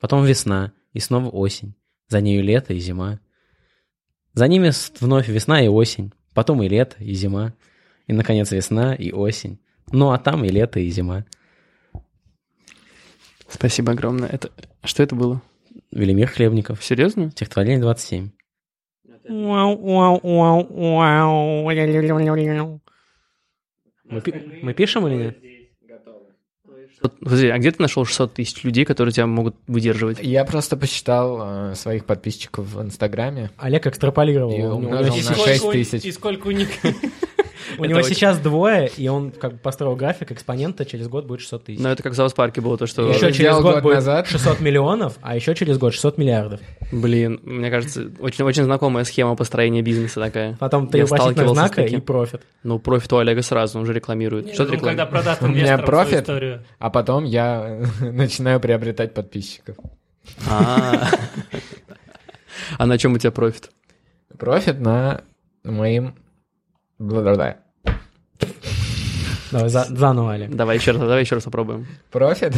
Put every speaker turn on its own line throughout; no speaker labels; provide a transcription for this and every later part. Потом весна, и снова осень. За нею лето и зима. За ними с- вновь весна и осень. Потом и лето, и зима. И, наконец, весна и осень. Ну, а там и лето, и зима.
Спасибо огромное. Это... Что это было?
Велимир Хлебников.
Серьезно?
Стихотворение 27.
Uau, uau, uau, uau.
Мы, пи- мы пишем или нет?
Вот, подожди, а где ты нашел 600 тысяч людей, которые тебя могут выдерживать?
Я просто посчитал э, своих подписчиков в Инстаграме.
Олег экстраполировал.
И
У него-
умножил
ну, у него
на
сейчас-
шесть тысяч.
И сколько у них?
У него
очень-
сейчас двое, и он как бы построил график экспонента, через год будет 600 тысяч.
Ну, это как в Саус Парке было, то, что...
Еще
Я
через
делал
год
год
будет
назад.
600 миллионов, а еще через год 600 миллиардов.
Блин, мне кажется, очень, очень знакомая схема построения бизнеса такая.
Потом три
Я
вопросительных
сталкивался с
знака и
таким.
профит.
Ну, профит у Олега сразу, он же рекламирует. Что ты
Ну, Когда
рекламируешь?
продаст
У меня
инвесторам свою
профит.
историю.
А потом я э, начинаю приобретать подписчиков.
А А на чем у тебя профит?
Профит на моим... Бла-бла-бла.
Давай, за- заново, Олег.
Давай еще раз, давай еще раз попробуем.
Профит?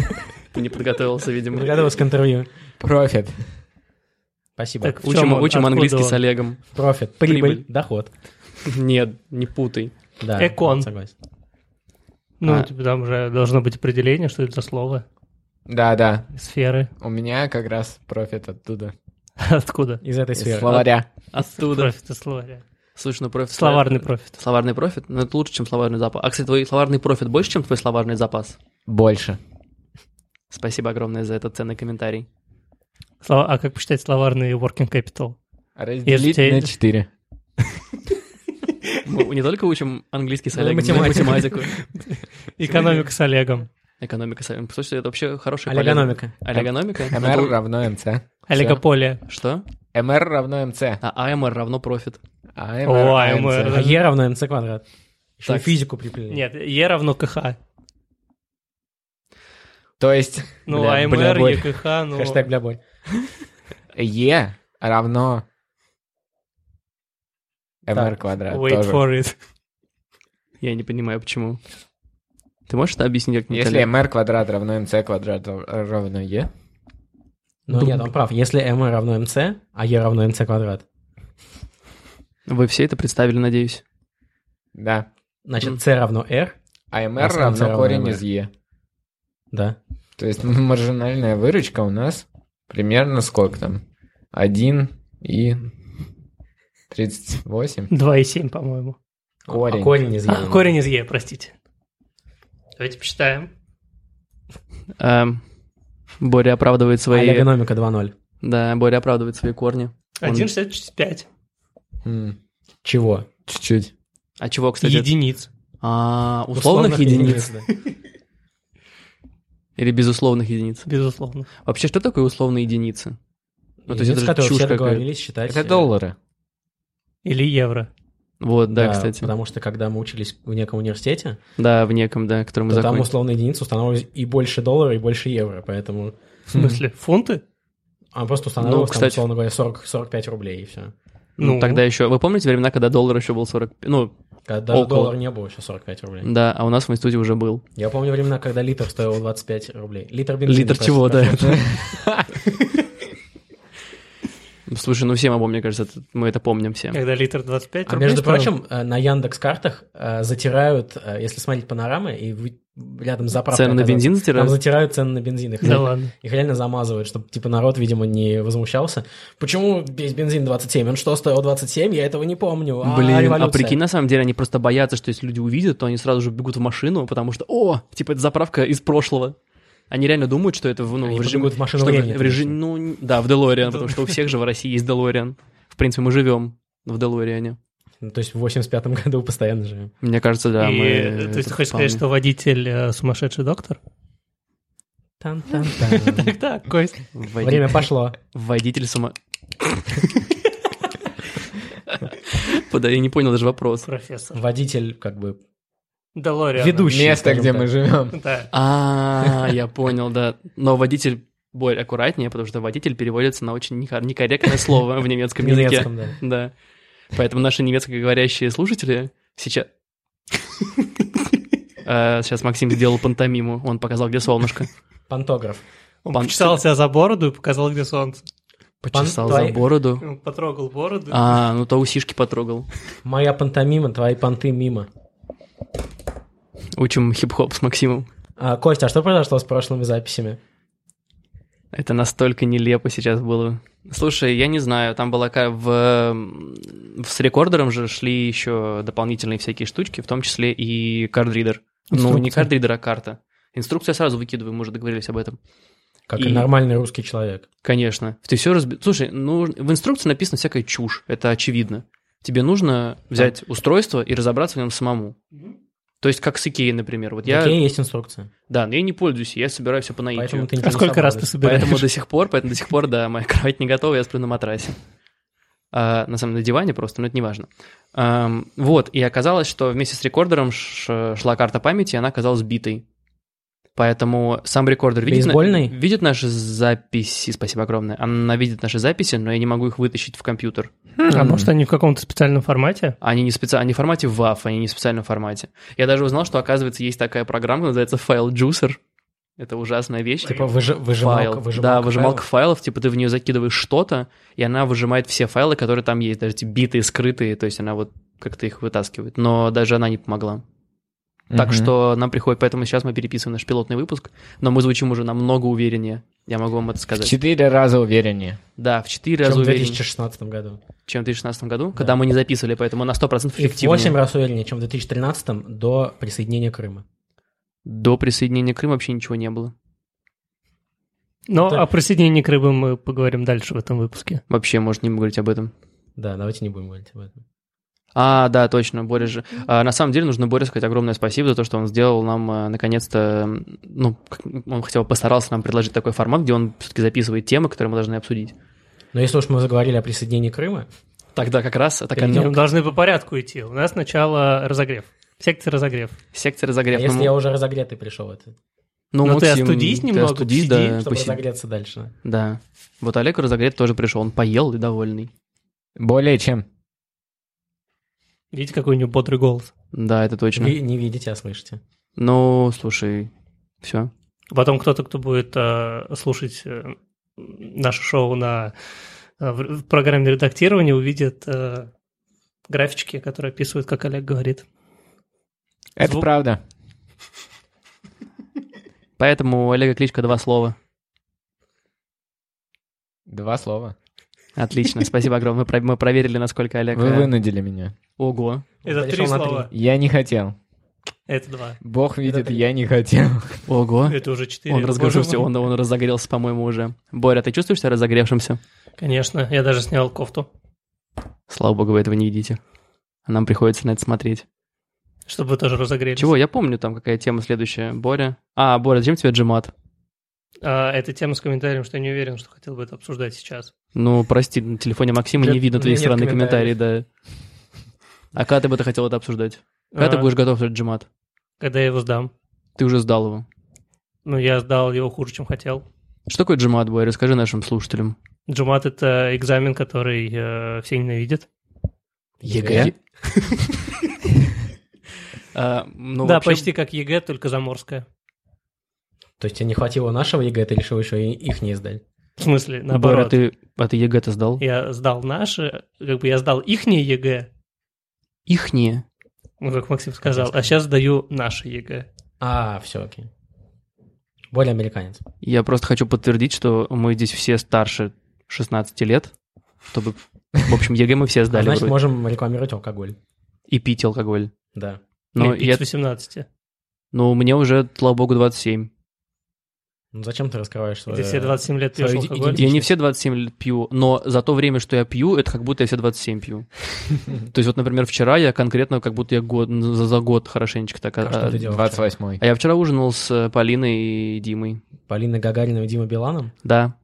Ты не подготовился, видимо.
Догадываюсь к интервью.
Профит.
Спасибо.
Так, в чем
Учим,
он?
учим
Откуда
английский
он?
с Олегом.
Профит, прибыль,
прибыль.
доход.
Нет, не путай.
Да,
Экон.
Согласен.
Ну,
А.
типа, там уже должно быть определение, что это за слово,
Да-да,
сферы.
у меня как раз профит оттуда.
Откуда?
Из этой
Из
сферы.
словаря.
Оттуда.
Профит из словаря.
Слушай, ну профит...
Словарный профит.
Словарный профит? Ну, это лучше, чем словарный запас. А, кстати, твой словарный профит больше, чем твой словарный запас?
Больше.
Спасибо огромное за этот ценный комментарий.
Слова- А как посчитать словарный working capital?
Разделить
тебе-
на 4.
Мы не только учим английский с
Ну и
Олегом, но и
математику.
математику.
Экономика с Олегом.
Экономика с Олегом. Слушай, это вообще хороший...
Олегономика.
полезный- Олегономика? Ну,
МР равно МЦ.
Олегополия.
Что?
МР равно МЦ.
А АМР равно профит.
А
О,
МР
AMR.
А Е равно МЦ квадрат. Еще
Так.
и физику приплели.
Нет, Е равно КХ.
То есть
Ну,
Бля,
АМР,
бля,
ЕКХ, ну...
Хэштег для боль.
Е равно МР
Так,
квадрат.
Wait
тоже.
for it.
Я не понимаю, почему. Ты можешь это объяснить как-нибудь?
Если
Олег?
МР квадрат равно МЦ квадрат равно Е,
Ну
Дум-
нет, он прав. Если М равно МЦ, а Е равно МЦ квадрат,
Вы все это представили, надеюсь.
да.
значит, С равно Р,
А
На
МР
самом
равно
деле равно
корень
MR.
из Е.
да.
То есть маржинальная выручка у нас примерно сколько там? 1 и 38.
2,7, по-моему.
Корень.
А корень из Е.
А, корень из Е, простите. Давайте посчитаем.
Эм, Боря оправдывает свои...
Олегономика 2.0.
Да, Боря оправдывает свои корни. Он-
1,65.
М,
Чего?
Чуть-чуть.
А чего, кстати?
Единиц.
А, условных, единиц или безусловных единиц?
Безусловно.
Вообще, что такое условные единицы? Ну,
Ну,
то есть это же чушь
все
какая-то.
договорились считать.
Это
э,
доллары.
Или евро.
Вот, да, кстати.
Потому что когда мы учились в неком университете,
Да, в неком, да, который мы
то там
закончили.
условные единицы устанавливались и больше доллара, и больше евро. Поэтому
В
Хм.
смысле, фунты?
а просто устанавливалось,
Ну,
там,
кстати.
условно говоря, 40, 45 рублей и все.
Ну, тогда еще... Вы помните времена, когда доллар еще был 40... Ну,
Когда даже
Около.
доллара не было еще 45 рублей.
да, а у нас в институте уже был.
Я помню времена, когда литр стоил 25 рублей. Литр бензина.
Литр
просто
чего, да.
спрашиваю.
Слушай, ну все мы, мне кажется, это- мы это помним все.
Когда литр 25
А
рублей
между
стоил.
прочим, э, на Яндекс картах затирают, э, если смотреть панорамы, и вы- рядом с заправкой...
Цены на
оказаться,
бензин
Там
затирают?
затирают цены на бензин. Их
Да ладно.
Их реально замазывают, чтобы, типа, народ, видимо, не возмущался. Почему весь бензин 27? Он что, стоил 27? Я этого не помню. А,
Блин, а
революция.
прикинь, на самом деле они просто боятся, что если люди увидят, то они сразу же бегут в машину, потому что, о, типа, это заправка из прошлого. Они реально думают, что это в, ну,
Они
в режиме...
побегут в машину
что
времени,
в режиме- ну, н- да, в Делориан, потому что у всех же в России есть Делориан. В принципе, мы живем в Делориане.
Ну, то есть в 85-м году постоянно живем.
Мне кажется, да,
И,
мы...
э, то есть
это
ты хочешь
вполне.
сказать, что водитель э, сумасшедший доктор?
Тан-тан-тан.
Да, Кость.
Вводи-
Время пошло.
Водитель сама... Пода- Я не понял даже вопрос.
Профессор.
Водитель, как бы,
Долориан.
ведущий.
Место,
скажем
где
так.
мы живем.
Да.
А, я понял, да. Но водитель более аккуратнее, потому что водитель переводится на очень некор- некорректное слово в
В
немецком языке.
немецком, да.
Да. Поэтому наши немецкоговорящие слушатели сейчас... А, Э, Сейчас Максим сделал пантомиму, он показал, где солнышко.
Пантограф.
Он
Пан-
почесал себя за бороду и показал, где солнце.
Почесал
Пан-
за
твои-
бороду.
Он потрогал бороду.
А, ну то усишки потрогал.
Моя пантомима, твои понты мимо.
Учим хип-хоп с Максимом.
А, Костя, а что произошло с прошлыми записями?
Это настолько нелепо сейчас было. Слушай, я не знаю, там была ка- в, в- с рекордером же шли еще дополнительные всякие штучки, в том числе и кардридер. Ну, не
Инструкция.
кардридер, а карта. Инструкцию я сразу выкидываю, мы уже договорились об этом.
Как
И-
нормальный русский человек.
Конечно. Ты все разби... Слушай, ну в инструкции написана всякая чушь, это очевидно. Тебе нужно взять устройство и разобраться в нем самому. То есть как с Икеей, например. Вот
Я...
я,
есть инструкция.
да, но я не пользуюсь, я собираю все по
Поэтому
наитию.
ты ничего
А
не
сколько раз ты
собралась.
собираешь?
Поэтому до сих пор, поэтому до сих пор, да, моя кровать не готова, я сплю на матрасе. А, на самом деле на диване просто, но это не важно. Ам, вот, и оказалось, что вместе с рекордером ш- шла карта памяти, и она оказалась битой. Поэтому сам рекордер видит, на-
Бейсбольный?
видит наши записи, спасибо огромное. Она видит наши записи, но я не могу их вытащить в компьютер.
А может, они в каком-то специальном формате?
Они не специ... они в формате WAV, они не в специальном формате. Я даже узнал, что, оказывается, есть такая программа, называется File Juicer. Это ужасная вещь.
Типа выжи- выжималка,
Файл.
выжималка
да, выжималка
файлов.
файлов. типа ты в нее закидываешь что-то, и она выжимает все файлы, которые там есть, даже эти битые, скрытые, то есть она вот как-то их вытаскивает. Но даже она не помогла. Так
Мгм.
что нам приходит, поэтому сейчас мы переписываем наш пилотный выпуск, но мы звучим уже намного увереннее. Я могу вам это
В
сказать.
четыре раза увереннее.
Да, в 4
Чем
раза
в
увереннее,
2016 году.
чем в 2016 году, когда мы не записывали, поэтому на 100%
И в 8
эффективнее.
раз увереннее, чем в 2013 до присоединения Крыма.
До присоединения Крыма вообще ничего не было.
Но
Да.
о присоединении к рыбам мы поговорим дальше в этом выпуске.
Вообще, может, не говорить об этом.
Да, давайте не будем говорить об этом.
А, да, точно, Боря же. А, на самом деле нужно Боре сказать огромное спасибо за то, что он сделал нам э, наконец-то, м, ну, как- он хотя бы постарался нам предложить такой формат, где он все-таки записывает темы, которые мы должны обсудить.
Но если уж мы заговорили о присоединении Крыма,
Тогда как раз такая
Перейдем
Мы должны по порядку идти. У нас сначала разогрев. Секция разогрев.
секция
а
разогрев.
если
Ну,
я уже разогретый пришел, это,
ну,
Ну, ты
Максим,
остудись
ты
немного,
остудись,
посиди,
да,
чтобы
поси-
разогреться дальше.
да. Вот Олег разогрет тоже пришел, он поел и довольный.
Более чем.
Видите, какой у него бодрый голос.
Да, это точно.
Вы не видите, а слышите.
Ну, слушай, все.
Потом кто-то, кто будет э, слушать э, наше шоу на э, в- в программе редактирования, увидит э, графички, которые описывают, как Олег говорит.
Это
Звук-
правда.
Поэтому у Олега кличка два слова.
Два слова.
Отлично, спасибо огромное. Мы про- Мы проверили, насколько Олег...
Вы
э,
вынудили меня.
Ого.
Это
Подошел
три
на три.
слова.
Я не хотел.
Это два.
Бог видит,
три.
я не хотел.
Ого.
Это уже четыре.
А? Он
Боже
разгружился,
мой.
он, он разогрелся, по-моему, уже. Боря, ты чувствуешь себя разогревшимся?
Конечно, я даже снял кофту,
Слава богу, вы этого не видите. А Нам приходится на это смотреть.
чтобы вы тоже разогрелись.
Чего? Я помню там, какая тема следующая. Боря. А, Боря, зачем тебе джимат?
А, это тема с комментарием, что я не уверен, что хотел бы это обсуждать сейчас.
Ну, прости, на телефоне Максима
Для-
не видно
у меня
твои
нет
странные комментарии, да. А когда ты бы ты хотел это обсуждать? Когда ты
А,
будешь готов этот джимат?
Когда я его сдам.
Ты уже сдал его.
Ну, я сдал его хуже, чем хотел.
Что такое джимат, Боря? Расскажи нашим слушателям.
Джумат — это экзамен, который э, все ненавидят.
ЕГЭ?
А, ну,
да,
вообще-
почти как ЕГЭ, только заморская.
То есть тебе не хватило нашего ЕГЭ, ты решил еще и их не сдать.
В смысле,
Боря,
наоборот.
ты... А ты ЕГЭ-то сдал?
Я сдал наши, как бы я сдал ихние ЕГЭ,
Ихние.
ну, как Максим сказал, а сейчас сдаю наши ЕГЭ.
А, все, окей. Более американец. А
Я просто хочу подтвердить, что мы здесь все старше 16 лет, чтобы... В общем, ЕГЭ мы все
А
сдали
значит,
вроде.
можем рекламировать алкоголь.
и пить алкоголь.
Да.
Но,
Ну,
я...
18.
Но мне уже, слава богу, 27.
Ну зачем ты раскрываешь
И
свое...
ты все 27 лет пьешь
свою иди-
алкоголь.
Я не все 27 лет пью, но за то время, что я пью, это как будто я все 27 пью. То есть вот, например, вчера я конкретно как будто я год, ну, за, за год хорошенечко так...
А что
А,
ты делал?
28-й.
а я вчера ужинал с э, Полиной и Димой.
Полина Гагарина и Дима Биланом?
Да.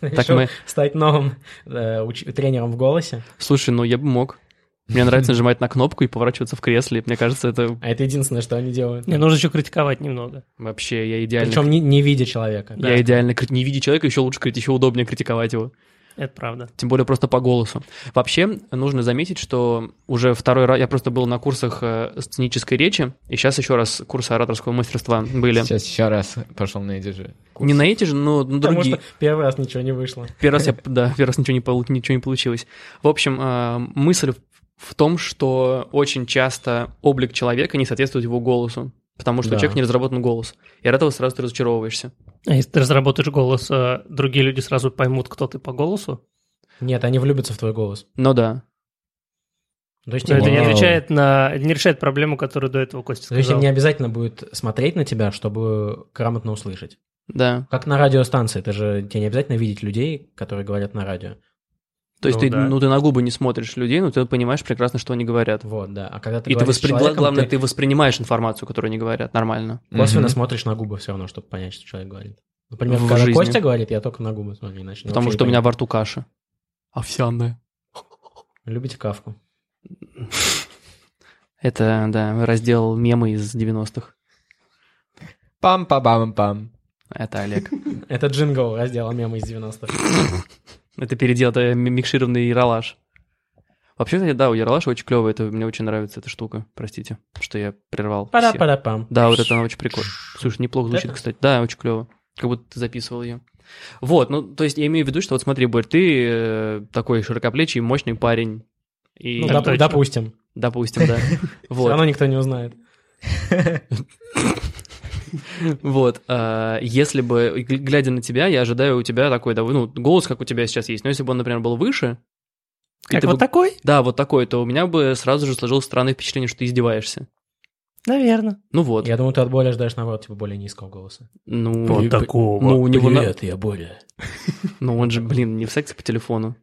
Так
Решил
мы...
стать новым э, уч- тренером в голосе.
Слушай, ну я бы мог. Мне нравится нажимать на кнопку и поворачиваться в кресле. Мне кажется, это
А это единственное, что они делают.
Мне нужно еще критиковать немного.
вообще я идеально
Причем не, не видя человека.
Я идеально крит- не видя человека, еще лучше крит- еще удобнее критиковать его.
Это правда.
тем более просто по голосу. Вообще, нужно заметить, что уже второй раз, я просто был на курсах э, сценической речи, и сейчас еще раз курсы ораторского мастерства были.
Сейчас еще раз пошел на эти же курсы.
Не на эти же, но на
Потому
другие.
что первый раз ничего не вышло.
Первый раз я, да, первый раз ничего не, полу- ничего не получилось. В общем, э, мысль в- в том, что очень часто облик человека не соответствует его голосу, потому что
Да.
у человека не разработан голос. И от этого сразу ты разочаровываешься.
А если ты разработаешь голос, э, другие люди сразу поймут, кто ты по голосу.
Нет, они влюбятся в твой голос.
Ну да.
То есть,
Но
им,
это не
Вау.
отвечает на... не решает проблему, которую до этого Костя
то есть им
сказал.
не обязательно будет смотреть на тебя, чтобы грамотно услышать.
Да.
Как на радиостанции, ты же тебе не обязательно видеть людей, которые говорят на радио.
То есть
Ну
ты,
да.
ну, ты на губы не смотришь людей, но ты понимаешь прекрасно, что они говорят.
Вот, да. А когда ты
И ты
говоришь с
воспри- гла-
человеком,
главное, ты...
ты
воспринимаешь информацию, которую они говорят, нормально.
косвенно
Мгм.
смотришь на губы все равно, чтобы понять, что человек говорит. Например,
В
когда
жизни.
Костя говорит, я только на губы смотрю, иначе
потому
вообще
что у
не
меня
пойму.
во рту каша. Овсяная.
Любите кавку.
Это, да, раздел мемы из 90-х.
Пам-па-бам-пам.
Это Олег.
Это джингл раздела мемы из 90-х.
Это передел, это ми- микшированный яролаж. Вообще, кстати, да, у яролаша очень клево, это мне очень нравится эта штука. Простите, что я прервал. всех.
Пара-пара-пам.
Да, вот это она очень прикольно. Слушай, неплохо звучит,
это?
кстати. Да, очень клево. Как будто ты записывал ее. Вот, ну, то есть я имею в виду, что вот смотри, Борь, ты э, такой широкоплечий, мощный парень. И,
Ну,
Так
доп-
точно.
допустим.
допустим, да.
Все
Вот.
равно никто не узнает.
Вот, а, если бы, гл- глядя на тебя, я ожидаю у тебя такой, дов- ну, голос, как у тебя сейчас есть, но если бы он, например, был выше, и
Как
ты
вот
бы-
такой?
да, вот такой, то у меня бы сразу же сложилось странное впечатление, что ты издеваешься.
Наверное.
Ну вот,
Я думаю, ты от боли ждаешь, наоборот, типа более низкого голоса.
ну, и-
такого.
ну, у него, на-
я Боря.
ну, он же, блин, не в сексе по телефону.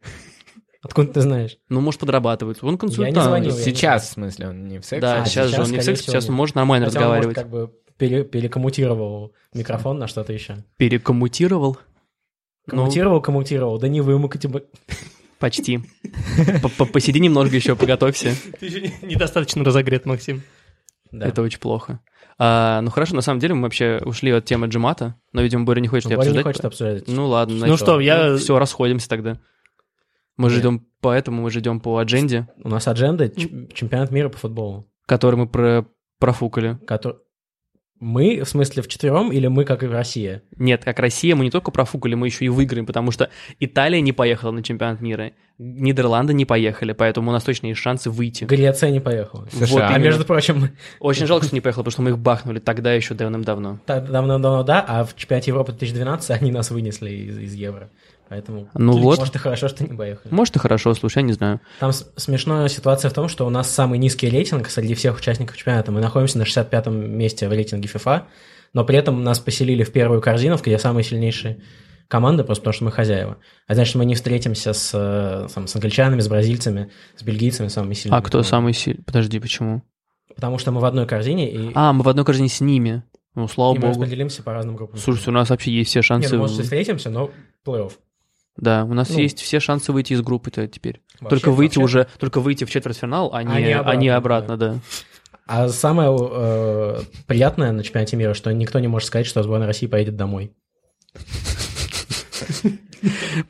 Откуда ты знаешь?
Ну, может, подрабатывает. Он консультант.
звонил, я
Сейчас, в смысле, он не в сексе.
Да,
А,
сейчас,
сейчас,
же он не в
скорее
сексе,
всего,
сейчас
нет.
он может нормально
Хотя он, может,
разговаривать.
как бы пере- перекоммутировал микрофон на что-то
Ну.
еще.
Перекоммутировал. Ну,
Коммутировал, коммутировал, да не вымыкать.
почти. П- п- Посиди немножко еще, подготовься.
Ты еще не- недостаточно разогрет, Максим.
Да.
Это очень плохо. А, ну хорошо, на самом деле мы вообще ушли от темы Джимата, но, видимо, Боря не хочет
Ну,
её
Боря не
обсуждать.
хочет обсуждать.
Ну ладно.
Ну что, я-
Все, расходимся тогда. Мы же
Нет.
идем по этому, мы же идем по адженде,
У нас адженда
Ну.
ч- чемпионат мира по футболу.
который мы про... профукали.
Который... Мы, в смысле, в четвером или мы, как и в России?
Нет, как Россия, мы не только профукали, мы еще и выиграем, потому что Италия не поехала на чемпионат мира, Нидерланды не поехали, поэтому у нас точно есть шансы выйти.
Греция не поехала.
США.
Вот
А
именно.
между прочим, мы
Очень жалко, что не поехала, потому что мы их бахнули тогда еще давным-давно.
так давно-давно, да, а в чемпионате Европы 2012 они нас вынесли из, из Евро. Поэтому,
Ну вот.
может, и хорошо, что не поехали.
Может, и хорошо, слушай, я не знаю.
Там с- смешная ситуация в том, что у нас самый низкий рейтинг среди всех участников чемпионата. Мы находимся на 65-м месте в рейтинге FIFA, но при этом нас поселили в первую корзину, где самые сильнейшие команды, просто потому что мы хозяева. А значит, мы не встретимся с, э, там, с англичанами, с бразильцами, с бельгийцами, самыми сильными.
А кто самый сильный? Подожди, почему?
Потому что мы в одной корзине, и,
А, мы в одной корзине с ними. Ну, слава
и мы
богу.
распределимся по разным группам.
Слушайте, у нас вообще есть все
Нет,
шансы.
ну, может, и
в-
встретимся, но плей-офф.
Да, у нас
Ну.
есть все шансы выйти из группы-то теперь.
Вообще-
только выйти
вообще.
уже, только выйти в четвертьфинал, а не, а не обратно, да.
А самое э, приятное на чемпионате мира, что никто не может сказать, что сборная России поедет домой.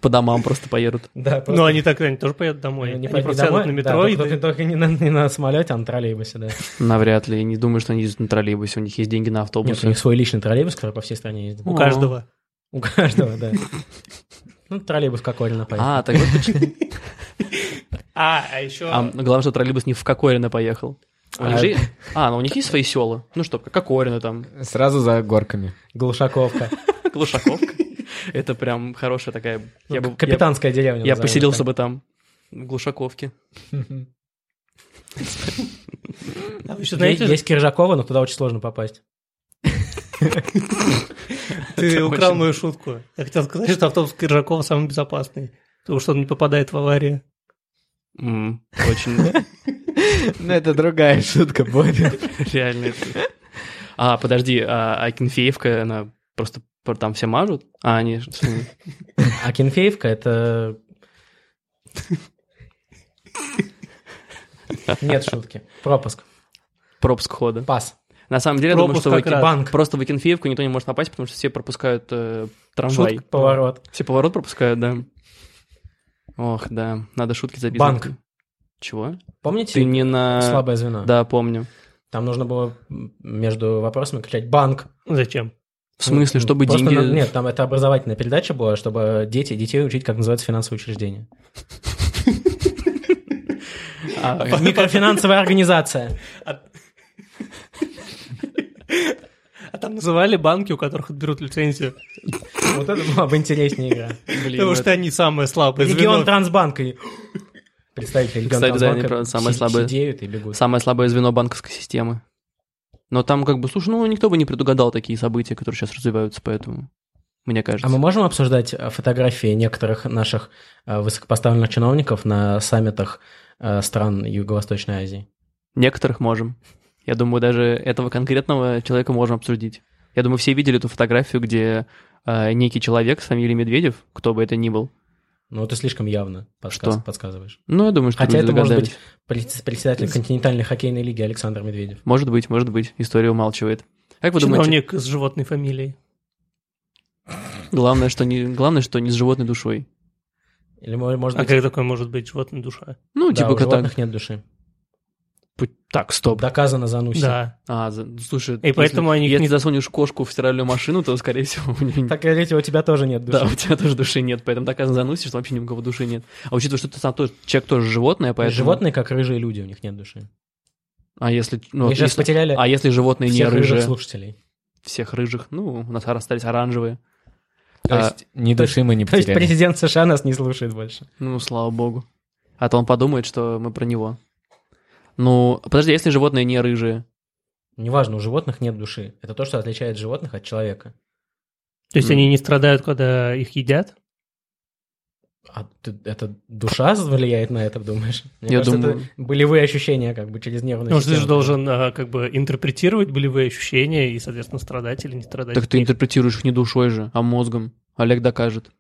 По домам просто поедут.
Да,
Ну, они так, они тоже поедут домой.
Ну, не
Они
пойдут
просто сядут
домой,
на
да,
метро и...
только, только не, на, не на самолете, а на троллейбусе, да.
Навряд ли. Я не думаю, что они ездят на троллейбусе. У них есть деньги на
Нет, у
автобусы.
них свой личный троллейбус, который по всей стране ездит.
У каждого.
У каждого, да. Ну, троллейбус Кокорина поехал.
А, так вот почему.
А, а еще...
А, ну, главное, что троллейбус не в Кокорино поехал. У них
А.
же е- А, ну у них есть свои села. Ну что, Кокорино там,
Сразу за горками.
Глушаковка.
Глушаковка. Это прям хорошая такая... Я бы- я-
Капитанская деревня.
Я
Ну, назовем
поселился
так.
бы там, в Глушаковке.
а вы еще
Е-
знаете,
Ну, Есть Киржакова, но туда очень сложно попасть.
ты
Это
украл
очень-
мою шутку. Я хотел сказать, что автобус Киржакова самый безопасный. Потому что он не попадает в аварию.
М, Очень
Ну, это другая шутка, Боря.
реально. А, подожди, а Акинфеевка, она просто пр- там все мажут? А, они... что они?
А Кенфеевка — это... Нет шутки. Пропуск.
Пропуск хода.
Пас.
На самом деле,
Пропуск
я думаю,
как
что в Акин-
раз.
Банк.
просто в Акинфеевку никто не может попасть, потому что все пропускают э, трамвай.
Шутка, поворот.
Все поворот пропускают, да. Ох, да, надо шутки записывать.
Банк.
Чего?
Помните?
Ты не на...
Слабое звено.
Да, помню.
Там нужно было м, между вопросами кричать «банк».
Ну, Зачем?
В смысле, чтобы
Ну, Просто
деньги...
на- Нет, там это образовательная передача была, чтобы дети, детей учить, как называется финансовое учреждение.
А,
Микрофинансовая организация.
А там называли банки, у которых отберут лицензию,
Вот это была бы интереснее игра.
блин,
потому
это-
что они самые слабые
Регион
звено.
Трансбанка. и- Представители регион
Кстати, да, они,
Трансбанка
правда, самые
си-
слабые.
сидеют и бегут.
Самое слабое звено банковской системы. Но там как бы, слушай, ну никто бы не предугадал такие события, которые сейчас развиваются, поэтому, мне кажется.
А мы можем обсуждать э, фотографии некоторых наших э, высокопоставленных чиновников на саммитах э, стран Юго-Восточной Азии?
Некоторых можем. Я думаю, даже этого конкретного человека можем обсудить. Я думаю, все видели эту фотографию, где э, некий человек с фамилией Медведев, кто бы это ни был.
Ну, ты слишком явно подсказ-
Что?
подсказываешь.
Ну, я думаю, что
Хотя
люди
это может быть
догадались.
Пред- Председатель континентальной хоккейной лиги Александр Медведев.
Может быть, может быть. История умалчивает. Как вы думаете,
Чиновник с животной фамилией.
главное, что не, главное, что не с животной душой.
Или, мо- может
А
быть,
как такое может быть животная душа?
Ну,
да,
типа
у
кота.
животных нет души.
Так, стоп.
Доказано зануси.
Да.
А, за- слушай,
И поэтому они
если
не-
засунешь кошку в стиральную машину, то, скорее всего, у нее
Так, говорите, у тебя тоже нет души.
Да, у тебя тоже души нет, поэтому доказано заносишь, что вообще ни у кого души нет. А учитывая, что ты сам тоже, человек тоже животное, поэтому...
Животные, как рыжие люди, у них нет души.
А если, ну,
Мы
вот
сейчас
если-
потеряли
а если животные не
Э, всех рыжих
рыжие?
слушателей.
Всех рыжих. Ну, у нас остались оранжевые.
То
А,
есть ни
то
души мы не
То есть
потеряли.
президент США нас не слушает больше.
Ну, слава богу. А то он подумает, что мы про него. Ну, подожди, а если животные не рыжие?
Неважно, у животных нет души. Это то, что отличает животных от человека.
То есть
М.
они не страдают, когда их едят?
А ты- это душа влияет на это, думаешь? Мне
Я
кажется,
думаю-
это болевые ощущения как бы через нервную
Потому что ты же
систему.
должен а, как бы интерпретировать болевые ощущения и, соответственно, страдать или не страдать.
Так ты интерпретируешь их не душой же, а мозгом. Олег докажет.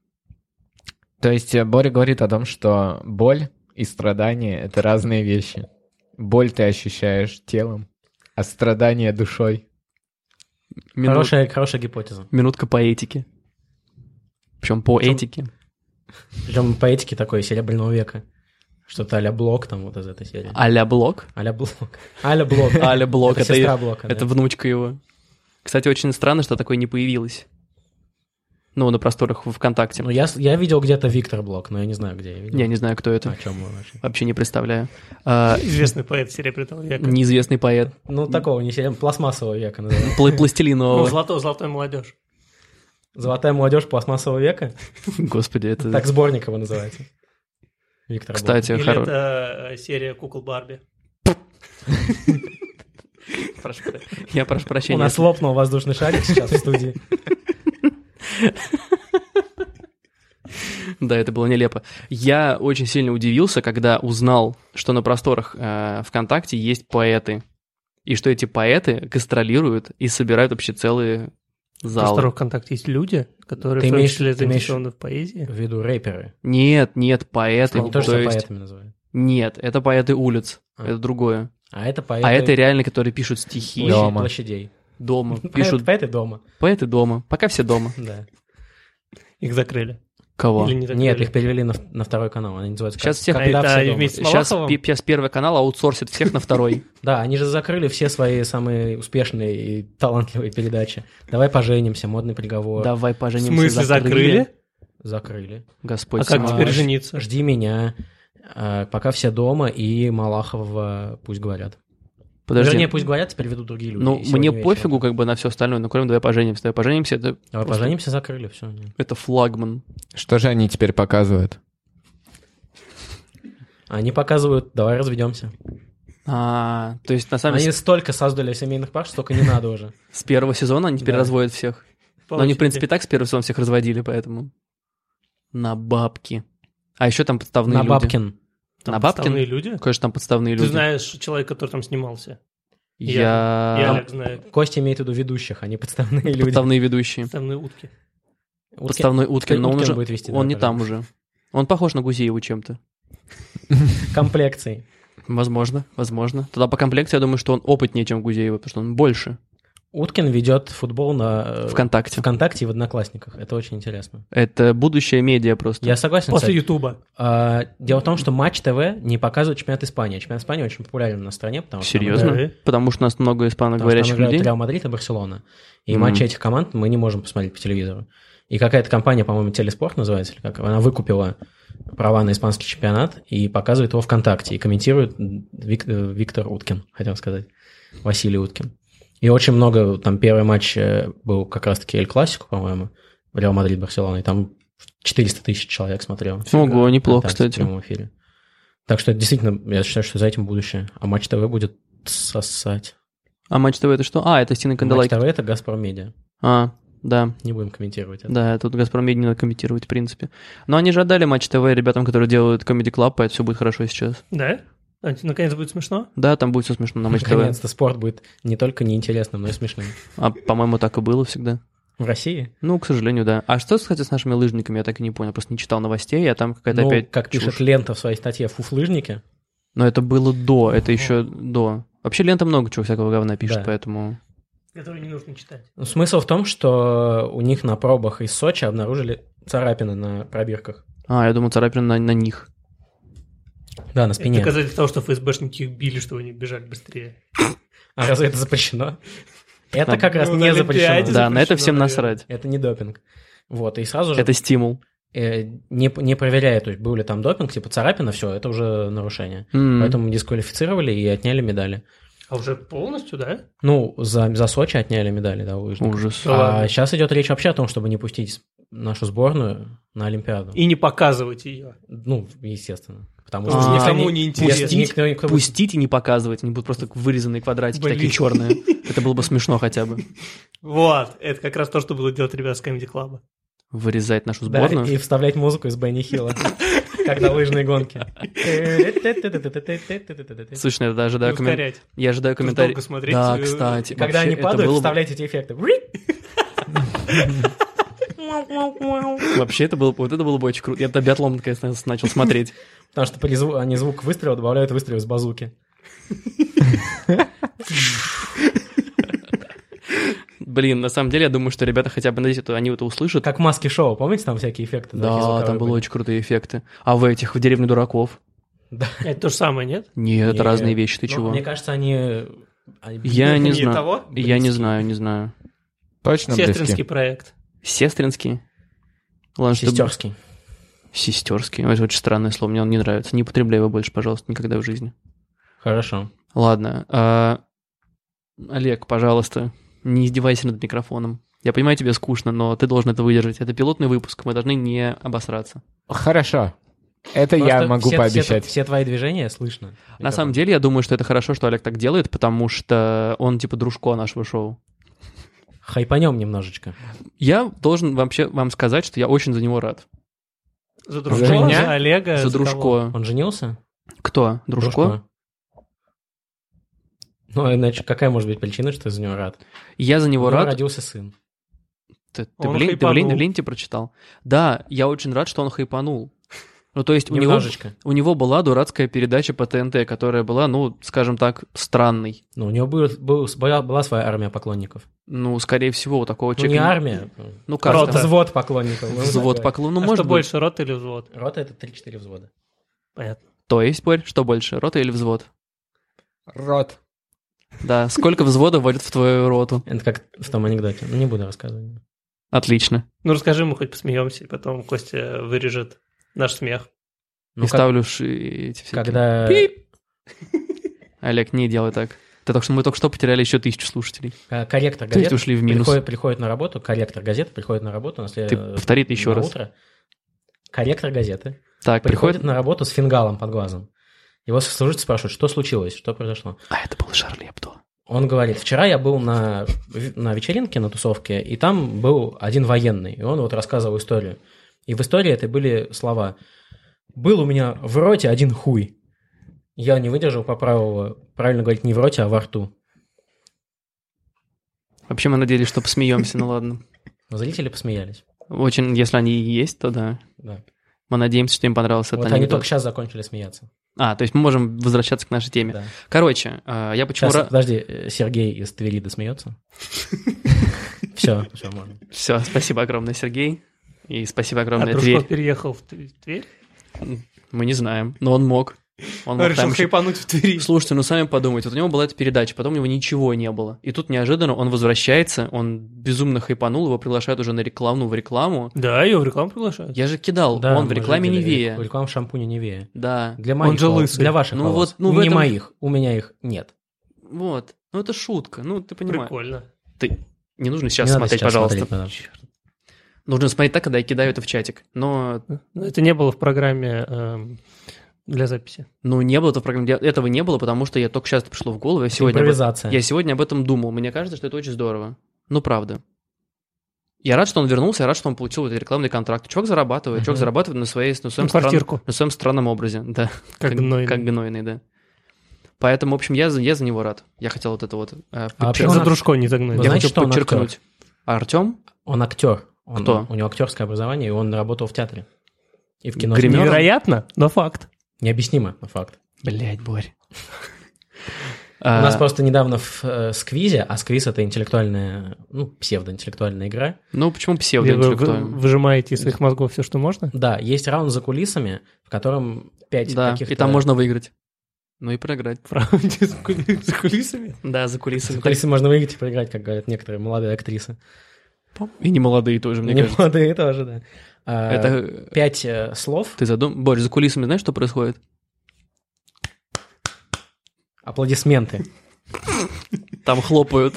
То есть э, Боря говорит о том, что боль и страдание — это разные вещи. Боль ты ощущаешь телом, а страдание — душой.
Минут-
Хорошая, хорошая гипотеза.
Минутка поэтики. Причем по
Причём-
этике.
Причем по этике такой серебряного века. Что-то а-ля Блок там вот из этой серии.
Аля Блок.
А-ля Блок. А-ля Блок.
Аля Блок.
Это сестра Блока. да.
Это внучка его. Кстати, очень странно, что такое не появилось. Ну, на просторах в ВКонтакте.
Ну, я, с- я видел где-то Виктор Блок, но я не знаю, где я видел.
Я не знаю, кто
О
это.
чем он вообще.
Вообще не представляю. А,
Известный поэт Серебряного века.
неизвестный поэт.
Ну, такого не серебряного, пластмассового века называют.
Пла-
Ну,
Пластилинового.
золотой, золотой молодежь.
Золотая молодежь пластмассового века.
Господи, это...
Так сборник его называется. Виктор Блок.
Кстати,
Или
хоро-
это э, серия кукол Барби.
прошу про- Я прошу
У
прощения.
нас лопнул воздушный шарик сейчас в студии.
Да, это было нелепо. Я очень сильно удивился, когда узнал, что на просторах э, ВКонтакте есть поэты. И что эти поэты гастролируют и собирают вообще целые
Просто
залы.
в ВКонтакте есть люди, которые
Ты
в том
имеешь-
числе
ты имеешь-
заинтересованы в поэзии.
В виду рэперы.
Нет, нет, поэты.
Они тоже
то
себя
есть-
поэтами называют.
Нет, это поэты улиц.
А.
Это другое.
А это поэты...
А это реально, которые пишут стихи
площадь-
Дома.
площадей.
дома.
Пишут
Пишут
поэты дома,
поэты дома. Пока все дома.
да.
Их закрыли.
Кого?
Или не закрыли.
Нет, их перевели на, на второй канал, они называются
Сейчас
как-
всех-
«Когда
Это
все дома».
вместе- с
Сейчас,
Малаховым?
пи- сейчас первый канал аутсорсит всех на второй.
Да, они же закрыли все свои самые успешные и талантливые передачи. Давай поженимся, модный приговор.
Давай
В
поженимся.
смысле закрыли?
Закрыли.
Господь
А как
Симаш.
теперь жениться?
Жди меня, э, пока все дома и Малахова пусть говорят.
Подожди.
Вернее, пусть говорят, теперь ведут другие люди.
ну,
и сегодня
мне
вечером.
пофигу как бы на все остальное, но кроме «Давай поженимся». «Давай поженимся» — это,
Давай
просто-
поженимся, закрыли, все.
это флагман.
Что же они теперь показывают?
Они показывают, давай разведемся.
А, то есть, на самом
Они
деле,
столько создали семейных пар, что столько не надо уже.
с первого сезона они теперь
Да.
разводят всех.
По
Но они, в
очереди.
принципе, и так с первого сезона всех разводили, поэтому... На бабки. А еще там подставные
На
люди.
Бабкин.
Там
на Бабкин?
подставные люди.
Конечно, там подставные
Ты
люди.
знаешь человека, который там снимался.
Я...
Я
Там
Олег знаю.
Костя имеет в виду ведущих, а не подставные люди.
Подставные ведущие.
Подставные утки.
Уткин-
Подставной Уткин, но он
Уткин
уже...
будет вести,
он не
да,
там уже. Он похож на Гузеева чем-то.
комплекции.
Возможно, возможно. Тогда по комплекции, я думаю, что он опытнее, чем Гузеева, потому что он больше.
Уткин ведет футбол на э,
ВКонтакте.
ВКонтакте и в Одноклассниках. Это очень интересно.
это будущее медиа просто.
Я согласен.
После
кстати.
Ютуба.
А, дело в том, что Матч ТВ не показывает чемпионат Испании. А Чемпионат Испании очень популярен на стране, потому что там
Серьезно?
Да.
Потому что у нас много
Потому что
испаноговорящих
там играют
людей.
Реал Мадрид и Барселона. И
Мгм.
матчи этих команд мы не можем посмотреть по телевизору. И какая-то компания, по-моему, Телеспорт называется, или как, она выкупила права на испанский чемпионат и показывает его ВКонтакте. И комментирует Вик- э, Виктор Уткин, хотел сказать, Василий Уткин. И очень много, там первый матч э, был как раз-таки Эль Классику, по-моему, Реал Мадрид-Барселона, и там 400 тысяч человек смотрел.
Ого, неплохо,
ВКонтакте В
кстати.
прямом эфире. Так что это действительно, я считаю, что за этим будущее. А Матч ТВ будет сосать.
А матч ТВ это что? А, это Стина
Матч
Канделаки.
ТВ это Газпром Медиа.
А, да,
Не будем комментировать это.
да, тут Газпром Мед не надо комментировать, в принципе. Но они же отдали матч ТВ ребятам, которые делают Comedy Club, поэтому все будет хорошо сейчас.
Да? А, Наконец будет смешно?
Да, там будет все смешно на матч ТВ.
Наконец-то спорт будет не только неинтересным, но и смешным.
А, по-моему, так и было всегда.
В России?
Ну, к сожалению, да. А что, кстати, с нашими лыжниками, я так и не понял. Просто не читал новостей, а там какая-то
ну,
опять
как пишет
чушь.
Лента в своей статье «Фуфлыжники»,
Но это было до, это еще до. Вообще лента много чего всякого говна пишет,
Да.
поэтому...
Этого не нужно читать.
ну, смысл в том, что у них на пробах из Сочи обнаружили царапины на пробирках.
А, я думал, царапина на, на них.
Да, на
Это
спине.
доказатель того, что ФСБшники их били, чтобы они бежали быстрее.
А разве это запрещено? Это
Там-
как раз
Ну,
не
на Олимпиаде
запрещено.
да, на это
запрещено,
всем
наверное.
насрать.
Это не допинг. Вот, и сразу же
Это стимул.
э, не, не проверяя, то есть был ли там допинг, типа царапина, все, это уже нарушение.
М.
Поэтому дисквалифицировали и отняли медали.
А уже полностью, да?
Ну, за, за Сочи отняли медали, да, у лыжников.
Ужас.
Да
А
ладно.
сейчас идет речь вообще о том, чтобы не пустить нашу сборную на Олимпиаду.
И не показывать ее.
Ну, естественно. Потому
А,
что если
Никому
они-
не
если
интересно.
никто- никто-
Пустить и не показывать, они будут просто вырезанные квадратики,
Блин.
такие черные. Это было бы смешно хотя бы.
Вот, это как раз то, что будут делать ребята с Comedy Club.
Вырезать нашу
Да,
сборную.
и вставлять музыку из Бенни Хилла, как на лыжные гонки.
Слушай, ну, я даже
Да,
ожидаю, коммен-
ускорять.
я ожидаю
Тут
комментарий.
долго смотреть.
Да,
э,
кстати.
Когда
вообще
они
это
падают,
было бы-
вставлять эти эффекты.
Вообще, это было, бы- вот это было бы очень круто. Я тогда биатлон, конечно, начал смотреть.
Потому что при зву- они звук выстрела добавляют выстрел из базуки.
Блин, на самом деле, я думаю, что ребята хотя бы, надеюсь, это- они это услышат.
Как маски шоу, помните, там всякие эффекты? такие
Да,
звуковые
там были
были?
очень крутые эффекты. А в этих, в деревне дураков?
Это то же самое, нет?
Нет,
Не.
это разные вещи, ты
Ну,
чего?
Мне кажется, они... они-
Я не
Не
знаю.
того?
Я не знаю, не знаю.
Точно
Сестринский
близки.
проект.
Сестринский? Ладно, что-
Сестерский.
Сестерский. Это очень странное слово, мне он не нравится. Не употребляй его больше, пожалуйста, никогда в жизни.
Хорошо.
Ладно. а, Олег, пожалуйста, не издевайся над микрофоном. Я понимаю, тебе скучно, но ты должен это выдержать. Это пилотный выпуск, мы должны не обосраться.
Хорошо. Это я
Просто
могу
все-
пообещать.
Все, все твои движения слышно.
На самом деле, я думаю, что это хорошо, что Олег так делает, потому что он типа дружко нашего шоу.
Хайпанем немножечко.
Я должен вообще вам сказать, что я очень за него рад.
За
За
дружко,
меня?
Э, за Олега,
за
кого?
дружко.
Он женился?
Кто? Дружко?
Ну, а иначе какая может быть причина, что ты за него рад?
Я за него
У него
рад.
родился сын.
Ты, ты
Он
в лен- ты в лен-
хайпанул.
в ленте прочитал? Да, я очень рад, что он хайпанул. Ну, то есть у него,
Немножечко.
у него была дурацкая передача по ТНТ, которая была, ну, скажем так, странной.
Ну, у него был, был- была, была своя армия поклонников.
Ну, скорее всего, у такого
Ну, не
человека...
армия.
Ну, как
Просто
Рота.
взвод поклонников. Ну,
Взвод
такой.
поклон. Ну,
А
может
что
быть.
больше, рот или взвод?
Рота — это 3-4 взвода.
Понятно.
То есть, Борь, что больше, рота или взвод?
Рот.
Да, сколько взводов войдет в твою роту?
Это как в том анекдоте. Ну, не буду рассказывать.
Отлично.
Ну расскажи, мы хоть посмеемся, и потом Костя вырежет наш смех.
Ну,
и
как-
ставлю ши- эти всякие...
Когда...
Олег, не делай так. Ты только что мы только что потеряли еще тысячу слушателей.
Э, Корректор
То есть
газет
ушли в минус.
приходит, приходит на работу, корректор газет приходит на работу на след...
Ты повтори это еще
на
раз.
утро. Корректор газеты
Так,
приходит
приходит...
на работу с фингалом под глазом. Его сослуживцы спрашивают, что случилось, что произошло.
А, это был Шарли Эбдо.
Он говорит, вчера я был на, ви- на вечеринке, на тусовке, и там был один военный, и он вот рассказывал историю. И в истории это были слова. «Был у меня в роте один хуй». Я не выдержал, поправил его. Правильно говорить не в роте, а во рту.
Вообще мы надеялись, что посмеемся, ну ладно.
Зрители посмеялись.
Очень, если они и есть, то да.
Да.
Мы надеемся, что им понравился
Вот
этот
они
анекдот.
только сейчас закончили смеяться.
А, то есть мы можем возвращаться к нашей теме.
Да.
Короче, э, я почему...
Сейчас, подожди, э, Сергей из Твери досмеется. Все, все, можно.
Все, спасибо огромное, Сергей. И спасибо
А
огромное,
Дружков
Тверь.
переехал в Тв- Тверь?
Мы не знаем, но он мог. Он мог Ну, там еще-
хайпануть в Твери.
Слушайте, ну сами подумайте, вот у него была эта передача, потом у него ничего не было. И тут неожиданно он возвращается, он безумно хайпанул, его приглашают уже на рекламу в рекламу.
Да, ее в рекламу приглашают.
Я же кидал,
Да,
он в
мы же
рекламе
видели,
Невея.
рек- Реклама шампуня Невея.
Да,
Для
Он
моих
же
волос,
лысый.
Для ваших
Ну
волос.
вот, ну в
Не
этом-
моих, у меня их нет.
вот. Ну это шутка, ну ты понимаешь.
Прикольно.
Не нужно сейчас
Не надо
смотреть,
сейчас
пожалуйста.
смотреть, пожалуйста.
Нужно смотреть так, когда я кидаю это в чатик. Но,
Но это не было в программе эм, для записи.
ну не было это в программе, этого не было, потому что я только сейчас это пришло в голову, я сегодня... об этом-
Импровизация.
Я сегодня об этом думал. Мне кажется, что это очень здорово. Ну, правда. Я рад, что он вернулся, я рад, что он получил этот рекламный контракт. Чувак зарабатывает, чувак
Мгм.
зарабатывает на, своей, на, своем
Ну, квартирку.
стран- на своем странном образе. Да,
Как А гнойный.
Как гнойный, да. Поэтому, в общем, я за, я за него рад. Я хотел вот это вот... э,
вообще
Почему
подчеркнуть.
он
за
ак-
дружко не загнали?
я
Знаете,
хочу
что он актер?
подчеркнуть. А Артем?
Он актер. Он-
Кто?
У него актерское образование, и он работал в театре. И в кино.
Гример?
Невероятно, но факт.
Необъяснимо, но факт.
Блять, Борь.
У
А,
нас просто недавно в э, сквизе, а сквиз это интеллектуальная, ну, псевдоинтеллектуальная игра.
Ну, почему
Где вы
псевдоинтеллектуально?
вы- выжимаете из своих мозгов все, что можно.
Да, есть раунд за кулисами, в котором пять
Да,
каких-то...
и там можно выиграть. Ну и проиграть.
Правда, за кули- за кулисами.
Да, за
За
кулисами.
кулисами можно выиграть и проиграть, как говорят некоторые молодые актрисы.
И не молодые тоже, мне
Не
кажется.
молодые тоже, да. А,
Это
Пять э, слов,
Ты задум... Борь, за кулисами знаешь, что происходит?
аплодисменты.
Там хлопают.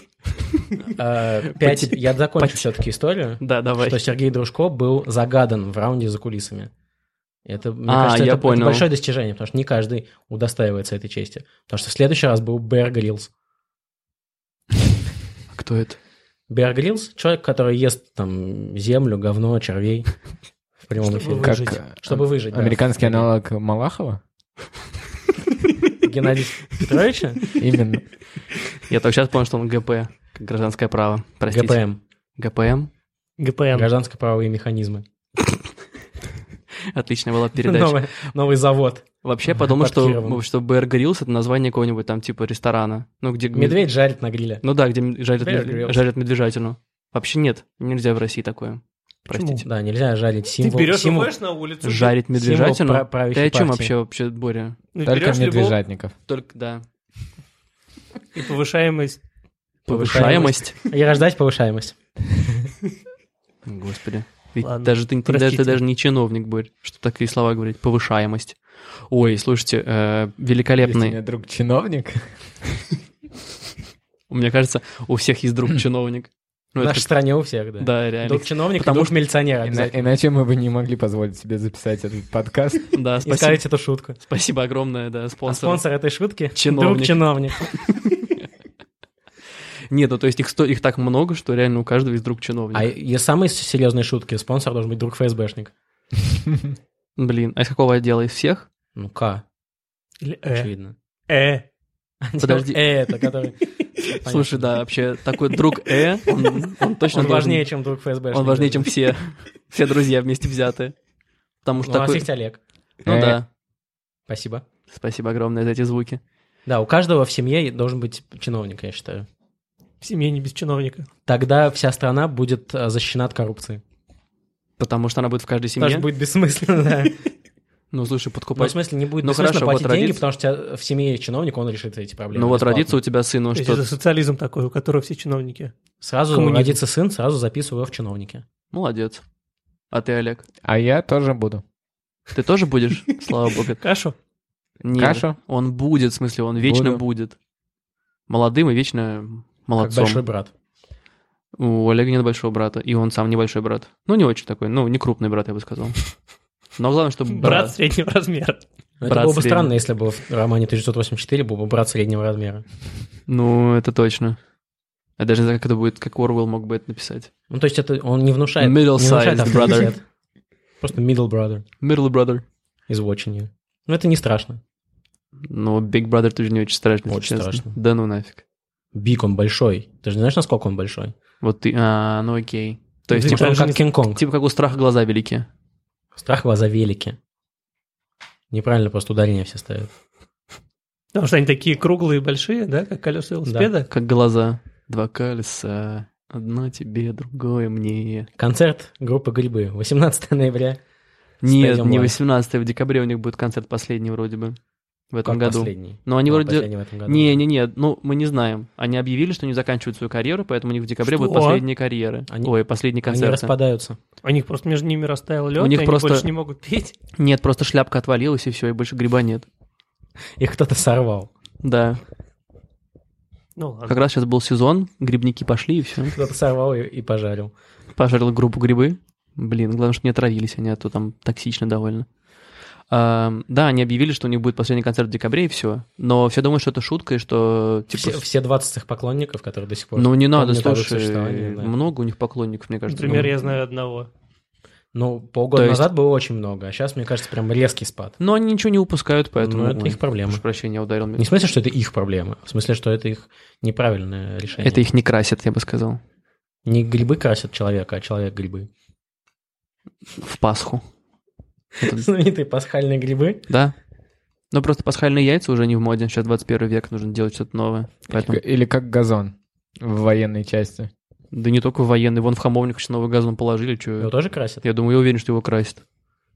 Э, Пять...
Поте-
Я закончу
поте-
все-таки историю.
Да, давай.
что Сергей Дружко был загадан в раунде за кулисами. Это, мне
А,
кажется,
я
это, это
понял.
большое достижение, потому что не каждый удостаивается этой чести. Потому что в следующий раз был Бэр Гриллс.
Кто это?
Бэр Гриллс – человек, который ест там землю, говно, червей в прямом
Чтобы
эфире.
выжить.
Как
выжить.
э,
Чтобы выжить, да.
американский аналог Малахова?
Геннадий Петрович?
Именно.
Я только сейчас понял, что он ГП. Гражданское право. Простите.
ГПМ.
ГПМ.
ГПН.
Гражданско-правовые механизмы.
Отличная была передача.
Новый, новый завод.
Вообще, я подумал, что,
Подкирован.
что Bear Grylls это название какого-нибудь там типа ресторана. Ну, где...
Медведь жарит на гриле.
Ну да, где м- жарят,
Bear
мед-
Grylls.
жарят медвежатину. Вообще нет, нельзя в России такое.
Почему?
Простите.
Да, нельзя жарить символ. символ-
уходишь на улицу.
Жарить
символ
медвежатину?
пра-
Ты о
правящей
чем
партии.
вообще, вообще, Боря?
ну,
Только
берешь любого-
медвежатников.
Только, да.
И повышаемость.
Повышаемость.
И рождать повышаемость.
Господи. Ведь
Ладно,
даже ты, ты да- ты
простите.
даже не чиновник, Борь, что такие слова говорить. Повышаемость. Ой, слушайте, э, великолепный.
Есть у меня друг чиновник.
Мне кажется, у всех есть друг чиновник. Ну,
В
это
нашей стране у всех,
как-
да.
Да, реально.
Друг чиновник,
Потому
потому что милиционер
Ина-
обязательно.
Иначе мы бы не могли позволить себе записать этот подкаст.
Да,
И
спасибо.
сказать эту шутку.
Спасибо огромное, да,
А
спонсор.
спонсор этой шутки —
Чиновник.
друг чиновник.
Нет, ну то есть их, сто- их так много, что реально у каждого есть друг чиновник.
А и самые серьезные шутки спонсор должен быть друг ФСБшник.
Блин, а из какого отдела? Из всех?
Ну, К,
Или э.
очевидно.
Э.
Подожди.
Э, это который...
Слушай, да, вообще такой друг Э, он, он точно
Он
должен-
важнее, чем друг ФСБшник.
Он важнее, чем все. Все друзья вместе взятые. Потому
Ну,
что
у нас
такой...
есть Олег.
Ну
Э.
да.
Спасибо.
Спасибо огромное за эти звуки.
Да, у каждого в семье должен быть чиновник, я считаю.
В семье не без чиновника.
Тогда вся страна будет э, защищена от коррупции.
Потому что она будет в каждой семье.
Потому что будет бессмысленно, да.
Ну, слушай,
Ну, в
подкупать. Ну,
смысле, не будет
Ну,
бессмысленно
хорошо,
платить
вот
деньги,
традиция- Ну,
потому что у тебя в семье есть чиновник, он решит эти проблемы.
вот
бесплатно.
родится у тебя сын, он
То есть
Ну что?
это социализм такой, у которого все чиновники.
Сразу
коммунизм.
родится сын, сразу записываю его в чиновники.
Молодец. А ты, Олег?
А я тоже буду.
Ты тоже будешь? Слава богу.
Кашу?
Нет,
Кашу?
Он будет, в смысле, он вечно
Буду.
будет. Молодым и вечно
Как
молодцом.
большой брат.
У Олега нет большого брата, и он сам небольшой брат. Ну, не очень такой, ну, не крупный брат, я бы сказал. Но главное, чтобы
Брат
брат...
среднего размера.
Ну, Это
Брат
было бы
средний.
странно, если бы в романе 1984 был бы брат среднего размера.
Ну, это точно. Я даже не знаю, как это будет, как Орвел мог бы это написать.
Ну, то есть это он не внушает... не
Middle-sized
внушает
brother.
авторитет. Просто middle brother
Middle brother.
из Watching You. Ну, это не страшно.
Ну, Big Brother тоже не очень страшно. если
Очень
честно.
страшно.
Да ну нафиг.
Биг, он большой. Ты же не знаешь, насколько он большой?
Вот ты... А, ну окей. То есть,
Типа
типа,
он
же
как
не-
Кинг-Конг.
типа как у страха глаза велики.
Страх глаза велики. Неправильно просто ударение все ставят.
Потому что они такие круглые и большие, да, как колеса велосипеда.
Как глаза, два колеса, одно тебе, другое мне.
Концерт группы «Грибы» 18 ноября.
Нет,
Stadium
не
Live.
18 в декабре у них будет концерт последний вроде бы в этом
Как
году.
последний?
Но они
Ну,
вроде...
последний в этом году.
Не-не-не, ну мы не знаем. Они объявили, что они заканчивают свою карьеру, поэтому у них в декабре будут
Что?
последние карьеры.
Они-
Ой, последние
Они
концерты.
распадаются.
У них просто между ними растаял лед,
У них
и
просто-
они больше не могут петь.
Нет, просто шляпка отвалилась, и все, и больше гриба нет.
Их кто-то сорвал.
Да.
Ну
А
ладно.
Как раз сейчас был сезон, грибники пошли, и все.
Кто-то сорвал и, и пожарил.
Пожарил группу грибы. Блин, главное, что не отравились они, а то там токсично довольно. Ам, да, они объявили, что у них будет последний концерт в декабре, и все. Но все думают, что это шутка, и что... Типа,
все, все 20 их поклонников, которые до сих пор...
Ну, не надо,
помнят об их
слушай,
существовании, да.
много у них поклонников, мне кажется.
Например,
ну.
я знаю одного.
Ну, полгода
То есть-
назад было очень много, а сейчас, мне кажется, прям резкий спад.
Но они ничего не упускают, поэтому...
Ну, это
Ой,
их проблема.
Прошу прощения, я ударил.
Не в смысле, что это их проблема, в смысле, что это их неправильное решение.
Это их не красит, я бы сказал.
Не грибы красят человека, а человек грибы.
В Пасху. Это-
Знаменитые пасхальные грибы.
Да. Но просто пасхальные яйца уже не в моде. Сейчас 21 век, нужно делать что-то новое. Поэтому...
Или как газон в военной части.
Да не только в военный. Вон в хамовник сейчас новый газон положили.
Его
Чё...
тоже красят.
Я думаю, я уверен, что его красит.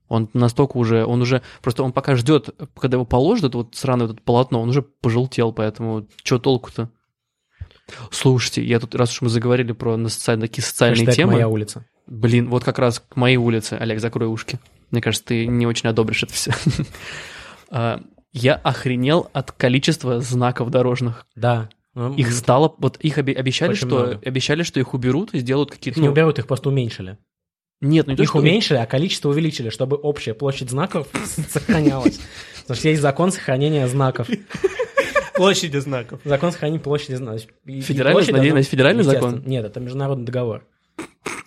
Он настолько уже... Он уже... Просто он пока ждет, когда его положат, это вот сраное вот это полотно, он уже пожелтел, поэтому что толку-то? Слушайте, я тут, раз уж мы заговорили про на социальные, такие социальные
Хэштег
темы...
«Моя улица».
Блин, вот как раз к моей улице. Олег, закрой ушки. Мне кажется, ты не очень одобришь это все. Я охренел от количества знаков дорожных.
Да. Ну,
Их стало, вот их обе- обещали,
Очень
что
много.
обещали, что их уберут и сделают
Их
какие-то.
не
ну,
уберут, их просто уменьшили.
Нет, ну не то,
их
что-
уменьшили, а количество увеличили, чтобы общая площадь знаков сохранялась. Потому что есть закон сохранения знаков.
Площади знаков.
Закон сохранения площади знаков. И- и
Федеральный,
площадь
надеюсь,
должна-
это федеральный
Естественно.
закон?
Нет, это международный договор.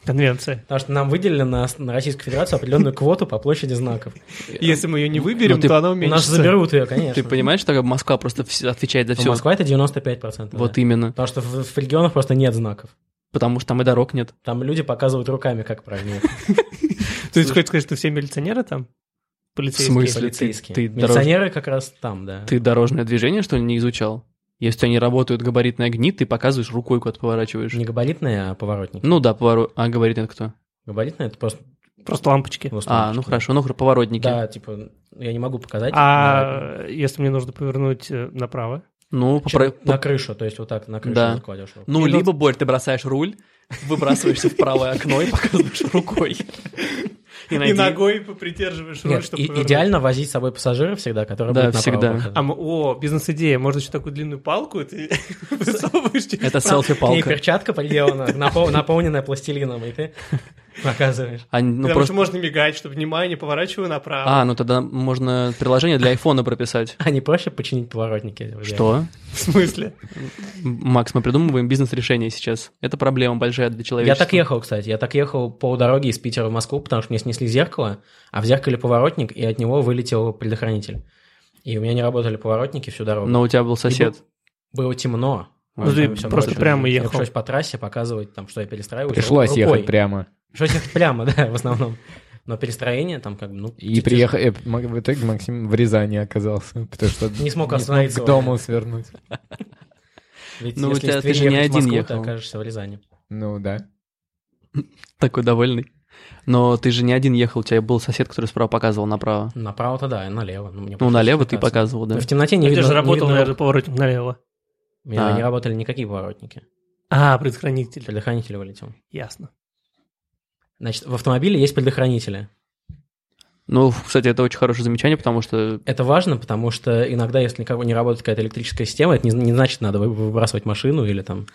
Конвенция.
Потому что нам выделили на, на Российскую Федерацию определенную квоту по площади знаков.
Если мы ее не выберем,
Ну ты-
то она
У нас
уменьшится.
заберут ее, конечно.
Ты понимаешь, что Москва просто вс- отвечает за
Ну,
все.
Москва это 95%.
Вот
да.
именно.
Потому что в, в регионах просто нет знаков.
Потому что там и дорог нет.
Там люди показывают руками, как правильно. ехать.
То есть хочешь сказать, что все милиционеры там? Полицейские.
смысле? ты-
Полицейские.
ты дорож-
Милиционеры как раз там, да.
Ты дорожное движение, что ли, не изучал? Если у тебя не работают габаритные огни, ты показываешь рукой, куда ты поворачиваешь.
Не габаритные, а поворотники.
Ну да, поворот. А габаритные это кто?
Габаритные это просто...
Просто лампочки.
А, ну хорошо, ну хр- поворотники.
Да, типа, я не могу показать. но
А если мне нужно повернуть э, направо?
Ну, попро-
чё- На крышу, то есть вот так на крышу
Да.
кладешь руку.
Ну,
Или
либо, Борь, ты бросаешь руль, выбрасываешься в правое окно и показываешь рукой. И найди.
попридерживаешь
Нет, и- идеально возить с собой пассажиров всегда, которые
Да,
будут на
всегда.
правом выходе.
А, м- о, бизнес-идея. Можно еще такую длинную палку, и ты высовываешь. тебе.
Это
И
селфи-палка.
перчатка приделана, напо- наполненная пластилином, и ты показываешь.
А, ну,
Потому
просто-
что можно мигать, что внимание, поворачиваю направо.
а, ну тогда можно приложение для айфона прописать.
А не проще починить поворотники? в идеале?
Что?
В смысле?
М- Макс, мы придумываем бизнес-решение сейчас. Это проблема большая для
Я
человечества.
так ехал, кстати. Я так ехал по дороге из Питера в Москву, потому что мне снесли зеркало, а в зеркале поворотник, и от него вылетел предохранитель. И у меня не работали поворотники всю дорогу.
Но у тебя был сосед.
Было темно.
Ну,
Там
ты
всё
просто
ночью.
прямо
Мне
ехал.
Пришлось по трассе показывать, там, что я перестраиваюсь.
Пришлось
рукой.
ехать прямо.
Пришлось ехать прямо, да, в основном. Но перестроение там как бы, ну...
И
чуть-чуть.
приехал, э, М- в итоге Максим в Рязани оказался, потому что
Не смог остановиться
к
вовремя.
дому свернуть.
Ведь
Ну, у
если
тебя-
из
ты же
Твери
не
ехать в
один
Москву,
ехал.
Ты окажешься в Рязани.
Ну да.
Такой довольный. Но ты же не один ехал, у тебя был сосед, который справа показывал направо.
Направо-то да, и налево. Ну, мне
Ну,
пришлось
налево ты
пытаться.
показывал, да.
Но В темноте не
Я
видно.
же
не
работал,
видно
наверное,
рук.
поворотник налево.
У меня
А.
не работали никакие поворотники.
А, предохранитель.
Предохранитель вылетел.
Ясно.
Значит, в автомобиле есть предохранители.
Ну, кстати, это очень хорошее замечание, потому что
Это важно, потому что иногда, если никого не работает какая-то электрическая система, это не, не значит, надо вы- выбрасывать машину или там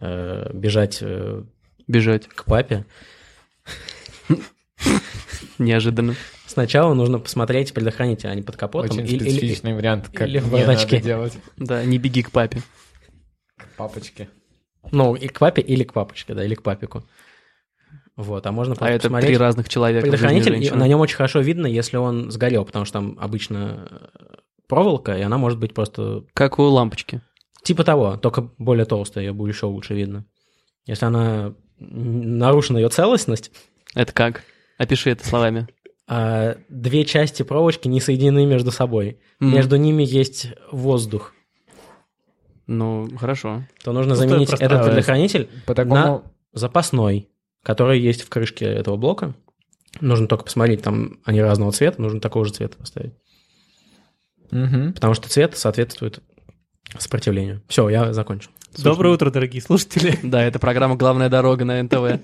э, бежать э,
бежать
к папе.
неожиданно.
Сначала нужно посмотреть предохранитель, а не под капотом.
Очень
Или- или-
специфичный вариант, как
или в
мне надо
бардачке.
делать.
Да, не беги к папе.
К папочке.
ну, и к папе, или к папочке, да, или к папику. Вот, а можно
А
просто
это
посмотреть.
три разных человека. мужчина и
предохранитель, и
женщина.
на нем очень хорошо видно, если он сгорел, потому что там обычно э, проволока, и она может быть просто
Как у лампочки.
типа того, только более толстая, ее будет еще лучше видно. Если она м, нарушена ее целостность,
Это как? Опиши это словами.
а, две части проволочки не соединены между собой.
М.
Между ними есть воздух.
Ну, хорошо.
То нужно
Ну, это
заменить
просто
этот
нравится.
предохранитель
По такому...
запасной, который есть в крышке этого блока. Нужно только посмотреть, там они разного цвета, нужно такого же цвета поставить.
Мгм.
Потому что цвет соответствует сопротивлению. Все, я закончил.
Доброе утро, дорогие слушатели.
Да, это программа «Главная дорога» на НТВ.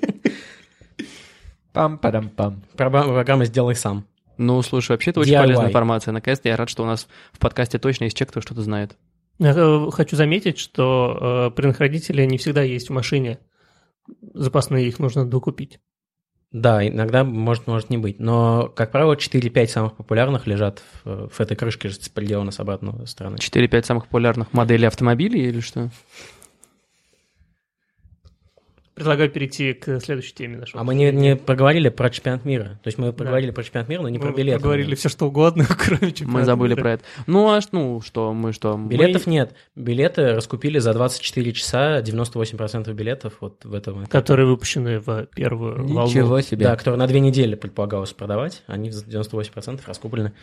Пам-падам-пам.
Программа, программа «Сделай сам».
Ну, слушай, вообще это очень
DIY.
полезная информация. Наконец-то я рад, что у нас в подкасте точно есть человек, кто что-то знает.
Я э, хочу заметить, что э, предохранители не всегда есть в машине. Запасные их нужно докупить.
Да, иногда может, может не быть. Но, как правило, 4-5 самых популярных лежат в, в этой крышке, с- приделана с обратной стороны.
4-5 самых популярных моделей автомобилей или что?
Предлагаю перейти к следующей теме нашего.
А мы не, не проговорили про чемпионат мира. То есть мы проговорили про чемпионат мира, но не про
Мы
билеты.
Говорили все что угодно, кроме
Мы
чемпионата
забыли
мира.
про это. Ну, а ш- ну что, мы что? мы-
Билетов нет. Билеты раскупили за 24 часа 98% билетов вот в этом.
Которые выпущены в первую волну.
Ничего себе.
Да, которые на две недели предполагалось продавать, они за 98% раскуплены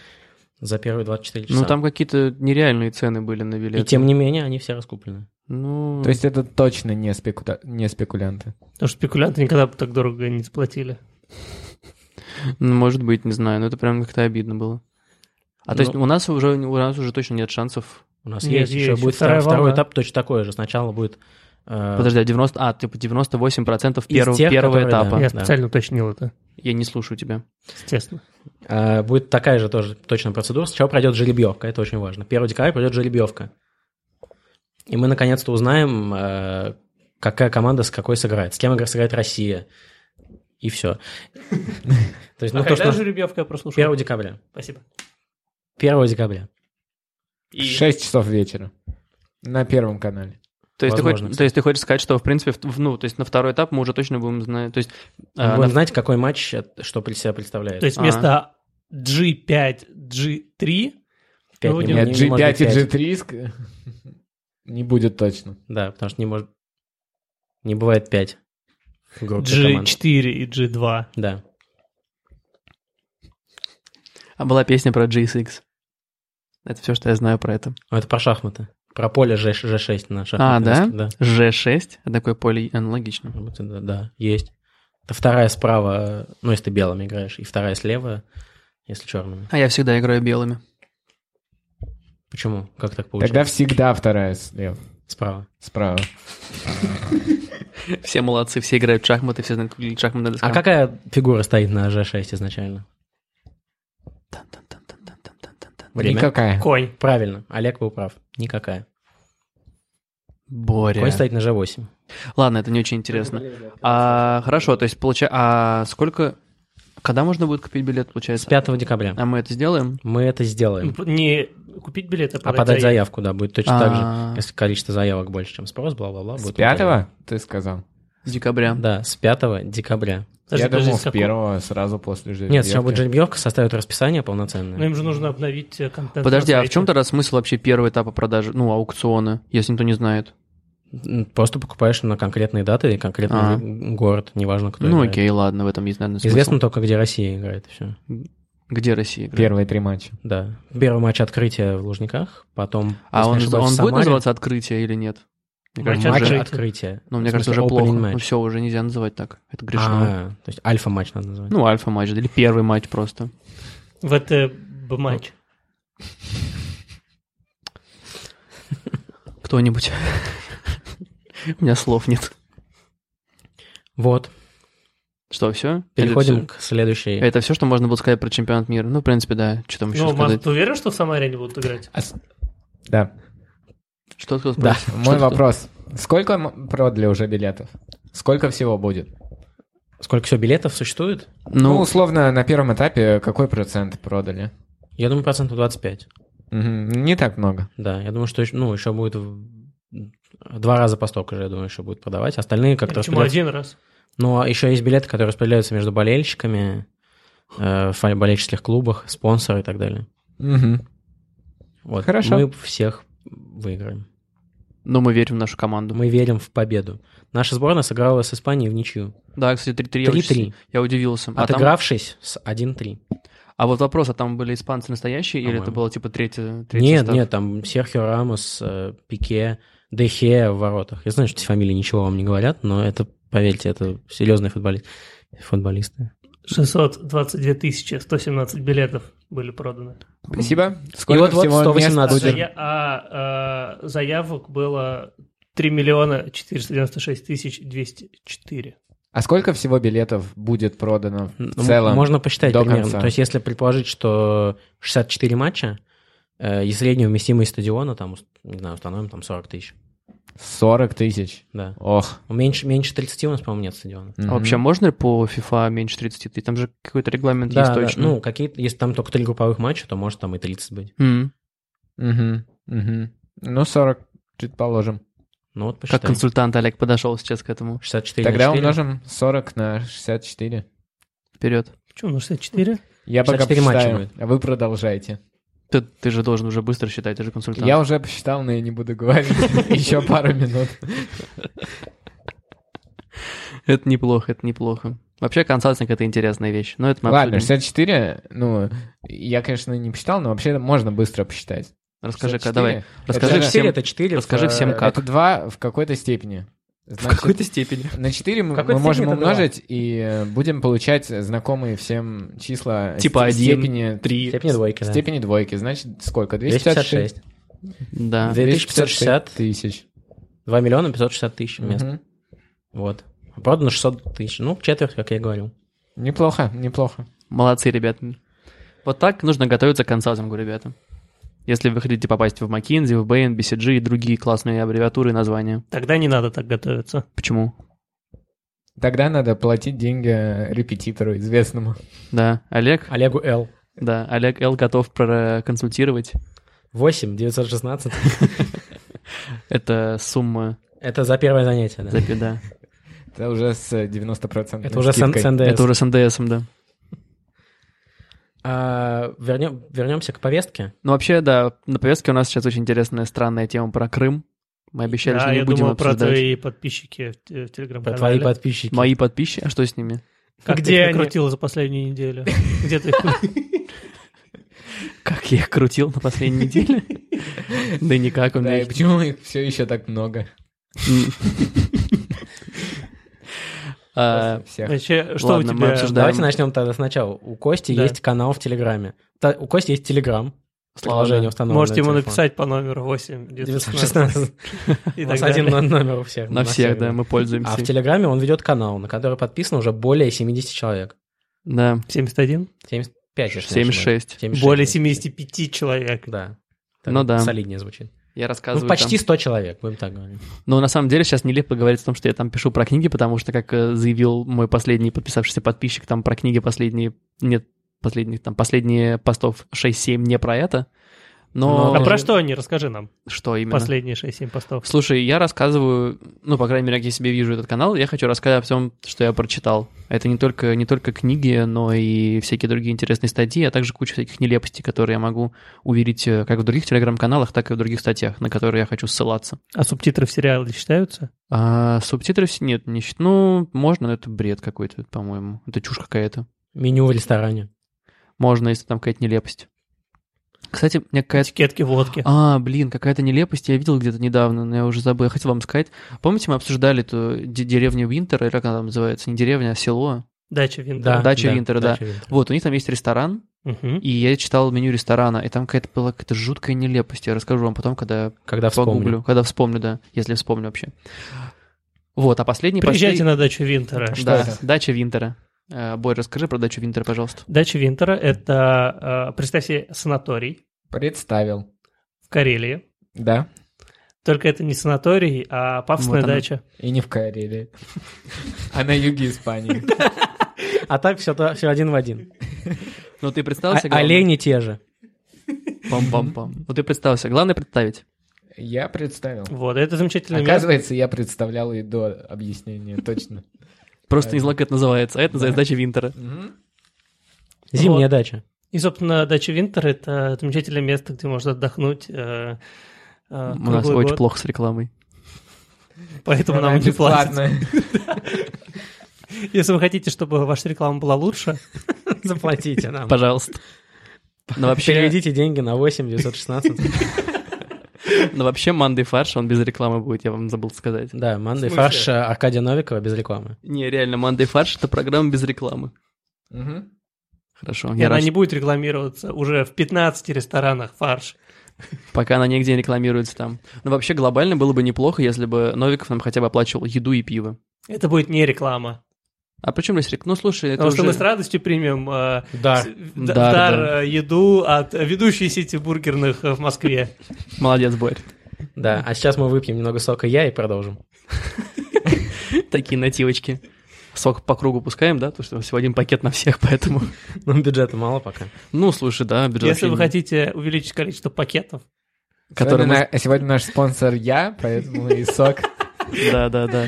за первые 24 часа.
Ну, там какие-то нереальные цены были на
И
билеты.
тем не менее, они все раскуплены.
Ну,
То есть это точно не, спекута- не спекулянты.
Потому что спекулянты никогда бы так дорого не заплатили.
ну, может быть, не знаю, но это прям как-то обидно было. А то есть
Ну.
у нас уже у нас уже точно нет шансов.
У нас
Нет,
есть, еще
есть
будет
вторая
втор- второй
волна.
этап точно такой же. Сначала будет э,
Подожди, а 90, а типа 98 процентов
Из тех,
первого
которые, да.
этапа.
Я
Я
да.
специально уточнил это,
Я не слушаю тебя.
естественно.
А, Будет такая же тоже точно процедура. Сначала пройдет жеребьевка, это очень важно. 1 декабря пройдет жеребьевка. И мы наконец-то узнаем, э, какая команда с какой сыграет, с кем игра сыграет Россия. И все. То
А
есть, ну, то, что
жеребьевка я прослушал?
1 декабря.
Спасибо.
1 декабря.
В 6 часов вечера. На первом канале.
То есть, ты
Возможно,
хочешь,
кстати.
то есть ты хочешь сказать, что в принципе, в- в- ну, то есть на второй этап мы уже точно будем знать. То есть а,
Мы
на
будем знать, какой матч, э, что при себя представляет.
То есть
А.
вместо G5, G3
Пять
ну,
не-
нет,
не-
Нет,
не может
G5
быть пять.
и G3 ск- не будет точно.
Да, потому что не может... Не бывает 5 в группе команд.
G4 и G2.
Да.
А была песня про GSX. Это все, что я знаю про это.
Ну, Это про шахматы. Про поле Ж- G6 на
А,
шахматной
да?
доске, Да.
G6, такое поле аналогично.
Вот это да, есть. Это вторая справа, э, ну, если ты белыми играешь, и вторая слева, если черными.
А я всегда играю белыми.
Почему? Как так получилось?
Тогда всегда вторая слева.
Справа.
Справа.
Все молодцы, все играют в шахматы, все знают, как выглядит шахматная доска.
А какая фигура стоит на G6 изначально?
Тан-тан-тан-тан-тан-тан-тан.
Время.
Никакая.
Конь.
Правильно, Олег был прав. Никакая.
Боря.
Конь стоит на G8.
Ладно, это не очень интересно. А, хорошо, то есть, получается, а сколько... Когда можно будет купить билет,
С
получается?
5 декабря.
А мы это сделаем?
Мы это сделаем.
Не купить билет, а
А
подать,
подать заявку,
заявку.
да, будет точно так же.
А,
Если количество заявок больше, чем спрос, бла-бла-бла.
С
будет
пятого, ты сказал?
Декабря.
Да, с 5 декабря.
Подожди,
Я
подожди,
думал,
с
с
какого-
первого сразу после жеребьевки.
Нет, сначала будет жеребьевка, составят расписание
Но
полноценное.
им же нужно обновить э, контент.
Подожди,
на
а в
сайте.
чем тогда смысл вообще первого этапа продажи, ну, аукциона, если никто не знает?
М, Просто покупаешь на конкретные даты и конкретный
А.
город, неважно, кто
ну,
играет.
окей, ладно, в этом есть, наверное, смысл.
Известно только, где Россия играет, все.
Где Россия играет?
Первые три матча.
Да. Первый матч открытия в Лужниках, потом...
А
если
он,
не ошибаюсь,
он
в
будет
Самаре.
называться «Открытие» или нет? Мне
Матч
кажется,
Матч
уже-
«Открытие».
открытия.
Ну, мне
В
кажется,
смысле,
уже
opening
плохо.
match.
Ну, все, уже нельзя называть так. Это грешно.
А, то есть альфа-матч надо называть.
Ну, альфа-матч, или первый матч просто.
э, ВТБ матч.
Кто-нибудь. У меня слов нет.
Вот,
Что, все?
переходим к следующей.
Это все, что можно было сказать про чемпионат мира. Ну, в принципе, да. Что там еще
Ну, Макс,
сказать?
ты уверен, что в Самаре они будут играть?
Да.
Что сказать?
А Да.
Мой вопрос. Сколько м- продали уже билетов? Сколько всего будет?
Сколько всего билетов существует?
Ну,
Ну,
условно, на первом этапе какой процент продали?
Я думаю, процентов 25.
Мгм, Не так много.
Да, я думаю, что еще, ну, еще будет в- два раза по столько же, я думаю, еще будут продавать. Остальные как-то
Почему
распределяются.
один раз?
Ну, а еще есть билеты, которые распределяются между болельщиками, э, в болельческих клубах, спонсоры и так далее.
Мгм.
Вот.
Хорошо.
Мы всех выиграем.
Но ну, мы верим в нашу команду.
Мы верим в победу. Наша сборная сыграла с Испанией в ничью.
Да, кстати, 3-3 я,
3-3.
очень- я удивился. А, там-
Отыгравшись с 1-3.
а вот вопрос, а там были испанцы настоящие или это
По-моему.
было типа третье? третий
Нет,
состав?
нет, там Серхио Рамос, э, Пике, Дехе в воротах. Я знаю, что эти фамилии ничего вам не говорят, но это, поверьте, это серьезные футболисты. футболисты.
622 тысячи 117 билетов были проданы.
Спасибо. Сколько
вот-вот
всего мест
118.
будет?
Зая- А э, заявок было 3 миллиона 496 тысяч 204.
А сколько всего билетов будет продано
Ну,
в целом?
Можно посчитать
до
примерно.
конца.
То есть, если предположить, что 64 матча, э, и средняя вместимость стадиона, там, уст- не знаю, установим там 40 тысяч.
40 тысяч.
Да.
Ох.
Меньше, меньше 30 у нас, по-моему, нет стадиона.
А
Мгм.
Вообще, можно ли по FIFA меньше 30 тысяч? Там же какой-то регламент
Да,
есть
да,
точно.
ну, какие-то, если там только три групповых матча, то может там и 30 быть.
М.
Мгм. Мгм. Ну, 40, предположим.
Ну, вот посчитай.
Как консультант Олег подошел сейчас к этому.
64 на
Тогда
4.
умножим 40 на 64.
Вперед.
Почему на 64?
Я пока
64 матча
посчитаю, а вы продолжайте.
Ты, ты же должен уже быстро считать, ты же консультант.
Я уже посчитал, но я не буду говорить. Еще пару минут.
Это неплохо, это неплохо. Вообще, консалтинг — это интересная вещь. Но это мы
Ладно,
обсудим.
64, ну, я, конечно, не посчитал, но вообще можно быстро посчитать.
Расскажи-ка,
64.
давай. Расскажи
64
всем,
это 4.
расскажи всем,
Э,
как.
Это 2 в какой-то степени.
В
Значит,
какой-то степени.
На 4 мы,
какой-то
мы можем
степени это два.
умножить и э, будем получать знакомые всем числа
Типа
ст-
один,
степени,
Три.
Степень двойки, да.
степени двойки. Значит, сколько? 256
256.
Да.
2560
тысяч.
2 миллиона 560 тысяч мест.
Мгм.
Вот. Продано 600 тысяч. Ну, четверть, как я говорил.
Неплохо, неплохо.
Молодцы, ребята. Вот так нужно готовиться к консалтингу, ребята. Если вы хотите попасть в McKinsey, в Bain, BCG и другие классные аббревиатуры и названия.
Тогда не надо так готовиться.
Почему?
Тогда надо платить деньги репетитору известному.
Да, Олег,
Олегу Л.
да, Олег Л готов проконсультировать.
8 916.
Это сумма,
Это за первое занятие, да.
запи- да.
Это уже с 90%.
Это уже с Н-
скидкой.
с НДС.
Это уже с НДСом, да.
А, вернем, вернемся к повестке.
Ну, вообще, да, на повестке у нас сейчас очень интересная, странная тема про Крым. Мы обещали,
Да,
что не
я
будем
думал про
обсуждать.
твои подписчики в те-
Про
в
твои
телеграм-канале.
подписчики.
Мои подписчики, а что с ними?
Как
Где
ты их
они?
накрутила за последнюю неделю? Где ты их
Как я их крутил на последней неделе? Да никак у
Да,
меня.
и почему их все еще так много?
А,
А,
Просто всех.
Вообще, что у
Ладно, мы
тебя?
обсуждаем.
Давайте начнем тогда сначала. У Кости
Да.
есть канал в Телеграме. Та- у Кости есть Телеграм. Приложение установлено.
Можете
на
ему
телефон.
написать по номеру 8
916.
916. И
У
так
нас один
далее.
но- номер у всех.
На всех, да,
да.
мы
А в
пользуемся.
Телеграме он ведет канал, на который подписано уже более 70 человек.
Да,
71?
75, если не ошибаюсь.
7-6.
76.
Более 75 человек.
Да.
Ну да.
Солиднее звучит.
Я
Ну,
рассказываю
почти
там.
100 человек, будем так говорить.
Но на самом деле сейчас нелепо говорить о том, что я там пишу про книги, потому что, как э, заявил мой последний подписавшийся подписчик, там про книги последние... Нет, последних там последние постов 6-7 не про это. Но...
Ну,
А про что они? Расскажи нам.
Что именно?
Последние 6-7 постов.
Слушай, я рассказываю, ну, по крайней мере, как я себе вижу этот канал, я хочу рассказать о всем, что я прочитал. Это не только, не только книги, но и всякие другие интересные статьи, а также куча всяких нелепостей, которые я могу увидеть э, как в других телеграм-каналах, так и в других статьях, на которые я хочу ссылаться.
А субтитры в сериале считаются?
А субтитры все нет, не счит- Ну, можно, но это бред какой-то, по-моему. Это чушь какая-то.
Меню в ресторане.
Можно, если там какая-то нелепость. Кстати, мне какая-то
Этикетки водки.
А, блин, какая-то нелепость, я видел где-то недавно, но я уже забыл, я хотел вам сказать. Помните, мы обсуждали эту де- деревню Винтера, или как она там называется, не деревня, а село?
Дача винта.
Да,
Дача Винтера, да.
Дача Винтера.
Вот, у них там есть ресторан,
Мгм.
и я читал меню ресторана, и там какая-то была какая-то жуткая нелепость, я расскажу вам потом, когда
Когда вспомню.
погуглю, когда вспомню, да, если вспомню вообще. Вот, а последний...
Приезжайте
последний-
на дачу Винтера.
Что
Да,
это?
дача Винтера. Э, Бой, расскажи про дачу Винтера, пожалуйста.
Дача Винтера — это, э, представь себе, санаторий
Представил.
в Карелии.
Да.
Только это не санаторий, а пафосная
Вот она.
дача.
И не в Карелии. А на юге Испании.
А так все, все один в один.
Ну, ты представился?
А- олени те же.
Пам-пам-пам. Ну, ты представился. Главное представить.
Я представил.
Вот, это замечательное место.
Оказывается, я представлял и до объяснения, точно.
Просто не знал, как это называется, а это называется дача Винтера.
Мгм.
Зимняя дача.
И, собственно, дача Винтера — это замечательное место, где можно отдохнуть э, э,
У нас
круглый
очень
год.
плохо с рекламой.
поэтому
Она
нам не платят.
бесплатная.
Если вы хотите, чтобы ваша реклама была лучше,
Заплатите нам.
Пожалуйста. Но вообще,
Переведите деньги на 8 916.
но вообще Мандай фарш, он без рекламы будет, я вам забыл сказать.
Да, Мандай
В смысле?
фарш э, Аркадия Новикова без рекламы.
Не, реально, Мандай фарш это программа без рекламы.
Мгм.
Хорошо.
и
я
она
рад,
не будет рекламироваться уже в 15 ресторанах фарш.
Пока она нигде не рекламируется там. Но Ну, вообще глобально было бы неплохо, если бы Новиков нам хотя бы оплачивал еду и пиво.
Это будет не реклама.
А почему здесь рек- Ну, слушай, это
Потому что
уже-
мы с радостью примем э,
Да.
с- в д- в
Дар,
дар
да.
э, еду от ведущей сети бургерных э, в Москве.
Молодец, Борь.
Да, а сейчас мы выпьем немного сока я и продолжим.
Такие нативочки. Сок по кругу пускаем, да? Потому что всего один пакет на всех, поэтому...
Ну, бюджета мало пока.
Ну, слушай, да, бюджет
Если
вообще
вы
не-
хотите увеличить количество пакетов,
который
Сегодня
мы-
на- Сегодня наш спонсор я, поэтому и сок.
Да, да, да.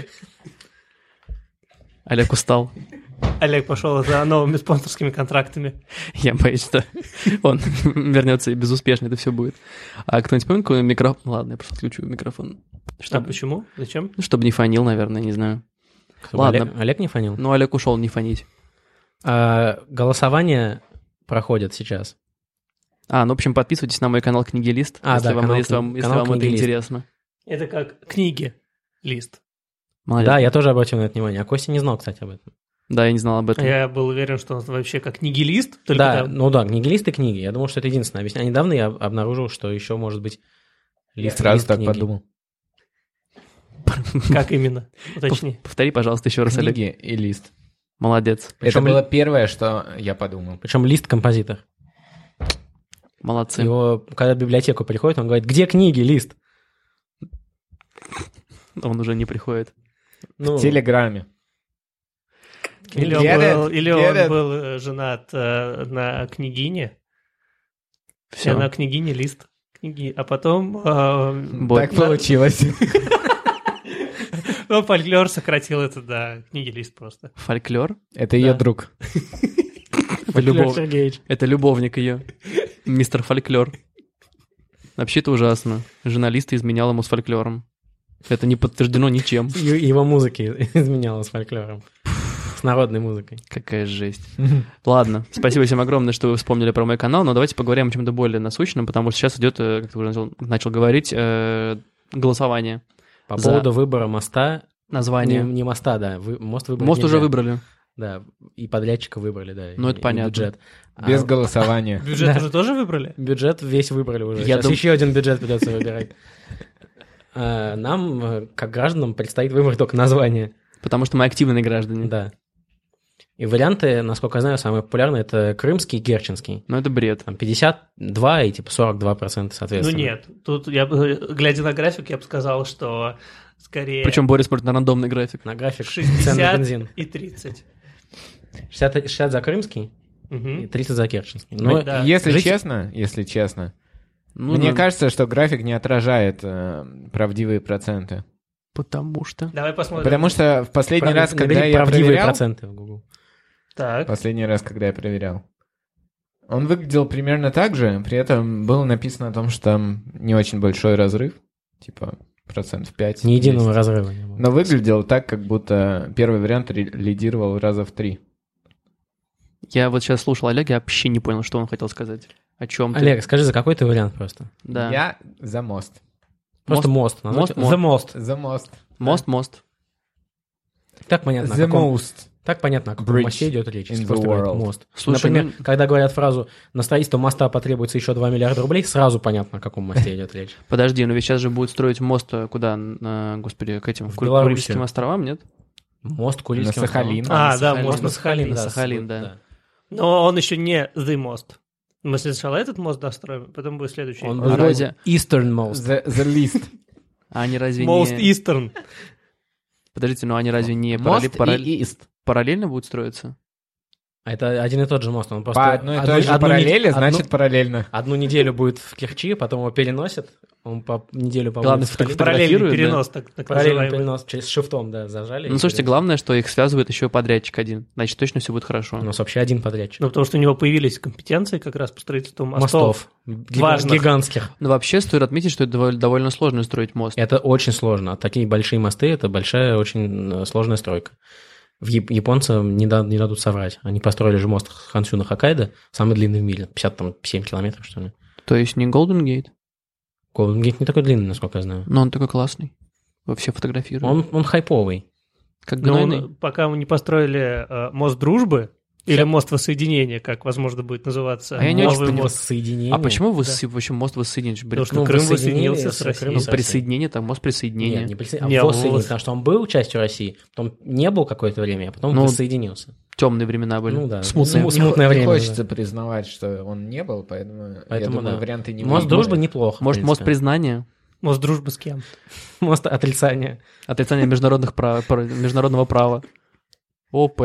Олег устал.
Олег пошел за новыми спонсорскими контрактами.
Я боюсь, что он вернется и безуспешно это все будет. А кто-нибудь помнит, какой микрофон? Ну Ладно, я просто отключу микрофон.
А
Чтобы,
почему? Зачем?
ну, чтобы не фонил, наверное, не знаю.
Чтобы
Ладно.
Олег, Олег не фанил.
Ну, Олег ушел не фонить.
А, голосование проходит сейчас.
А, ну, в общем, подписывайтесь на мой канал Книгилист,
А,
если
да,
вам,
канал
если вам,
Кни-
если
канал
вам это
Книгилист.
интересно.
Это как книги, лист.
Молодец.
Да, я тоже обратил на это внимание. А Костя не знал, кстати, об этом.
Да, я не знал об этом.
Я был уверен, что он вообще как нигилист, только
да,
там-
ну да, нигилисты книги. Я думал, что это единственное объяснение. А недавно я об- обнаружил, что еще может быть
Я
лист,
сразу
лист
так
книги.
подумал.
как именно. Ну, Уточни.
Пов- Повтори, пожалуйста, еще раз, Олег.
Книги и лист.
Молодец.
Это
Причем ли-
было первое, что я подумал.
Причем лист композитор.
Молодцы.
Его, когда в библиотеку приходит, он говорит, где книги, лист?
Он уже не приходит.
Ну,
В Телеграме.
Или он,
Get it?
был, или
Get
он
it?
был, э, женат э, на княгине, и
Все.
она княгиня лист. Книги. А потом э,
Так получилось.
ну, фольклор сократил это до книги лист просто.
Фольклор.
Это ее
Да.
друг.
Это любов- Это любовник ее. Мистер Фольклор. Вообще-то ужасно. Журналист изменял ему с фольклором. Это не подтверждено ничем.
И- Его музыки изменяло с фольклором. С народной музыкой.
Какая жесть. Ладно, спасибо всем огромное, что вы вспомнили про мой канал, но давайте поговорим о чем-то более насущном, потому что сейчас идет, э, как ты уже начал, начал говорить, э, голосование,
По
За-
поводу выбора моста. Не,
название.
не моста, да. вы- мост выбрали
Мост уже
нельзя.
выбрали.
Да, и подрядчика выбрали, да.
Ну,
и-
это
и
понятно.
Бюджет. А
Без голосования.
Бюджет
Да.
уже тоже выбрали?
бюджет весь выбрали уже.
Я
Сейчас
дум-
еще один бюджет придется выбирать. А, Нам, э, как гражданам, предстоит выбрать только название.
Потому что мы активные граждане.
Да. И варианты, насколько я знаю, самые популярные это крымский и герчинский.
Но это бред.
Там 52 и типа 42%
Ну
соответственно.
нет, тут я бы, глядя на график, я бы сказал, что скорее
Причем Борис смотрит на рандомный график.
На график цен на
60
бензин.
и 30.
60, 60 за крымский и
Мгм.
30 за герчинский.
Ну,
Ну,
да.
Если
Жить-
честно, если честно,
Ну,
мне
ну,
кажется, что график не отражает э, правдивые проценты.
Потому что...
Давай посмотрим.
Потому что в последний раз,
прав-
когда
набери
я
правдивые
проверял,
проценты в Google.
Так,
последний раз, когда я проверял, он выглядел примерно так же, при этом было написано о том, что там не очень большой разрыв, типа процентов 5.
Ни единого разрыва не было.
Но выглядело так, как будто первый вариант ре- лидировал раза в три.
Я вот сейчас слушал Олега, я вообще не понял, что он хотел сказать. О чем ты?
Олег, скажи, за какой ты вариант просто?
Да.
Я за мост.
Просто мост. назвать-
мост, мост.
The Most.
За мост.
Мост, мост.
Так понятно, о
The
каком
most.
Так понятно, о каком
Bridge
мосте идет речь, если
in the
просто говорят
world.
мост.
Слушай,
Например,
ну-
когда говорят фразу «на строительство моста потребуется еще 2 миллиарда рублей», сразу понятно, о каком мосте идет речь.
Подожди, но ведь сейчас же будут строить мост э, куда? На, господи, к этим
В
Ку-
Белоруссию.
Курильским островам, нет?
Мост
На
Курильским островам.
Сахалин.
А,
на
да,
Сахалин.
мост на Сахалин,
На
да.
Сахалин, да.
Но он еще не The Most. Мы сначала этот мост достроим, потом будет следующий.
Он
А
был
разве-
Eastern Most.
The, the list.
А они разве
Most
не...
Eastern.
Подождите, но они разве не
Мост
паралле- паралле-
и ист.
параллельно будут строиться?
А Это один и тот же мост. Он просто
По одной и
одну-
той же
одну не-
параллели,
одну-
значит параллельно.
Одну неделю будет в Керчи, потом его переносят, Он по неделю, по
Главное, фото-
Параллельный
фотографируют, да?
перенос, так, так
Параллельно
называемый.
перенос через шифтом, да, зажали.
Ну,
и-
слушайте, главное, что их связывает еще подрядчик один. Значит, точно все будет
У
хорошо.
нас вообще один подрядчик.
Ну, потому что у него появились компетенции как раз по строительству мостов.
Мостов. Гига-
Важных.
Гигантских.
Но вообще стоит отметить, что это доволь- довольно сложно строить мост.
Это очень сложно. Такие большие мосты – это большая, очень э, сложная стройка. В Яп- японцам не, да- не дадут соврать. Они построили же мост Хансю на Хоккайдо, самый длинный в мире, 57 километров, что ли.
То есть не Golden Gate,
Голден Гейт не такой длинный, насколько я знаю.
но он такой классный. Его все фотографируют.
Он, он хайповый.
как
Но ну, он-
гнойный.
пока мы не построили э, мост дружбы или мост воссоединения, как, возможно, будет называться.
А я не очень
новый
понимаю.
мост.
Воссоединение. Ну,
А почему вы с- вообще мост воссоединишь? Блин,
Потому что Крым воссоединился с Россией.
ну,
Россия.
присоединение, там мост присоединения.
Нет, не присо-
Не,
а воссоединение,
вот.
потому что он был частью России, потом не был какое-то время, а потом
Ну,
воссоединился.
Темные времена были.
Ну да.
Смутные.
Ну,
Не хо-
смутное
не
время,
хочется признавать, что он не был, поэтому, я
Поэтому
думаю,
да.
варианты не
Мост
будет.
дружбы неплохо. в
Может, мост
принципе.
признания?
Мост дружбы с кем?
Мост отрицания.
Отрицание международных прав, про- международного права. ОП.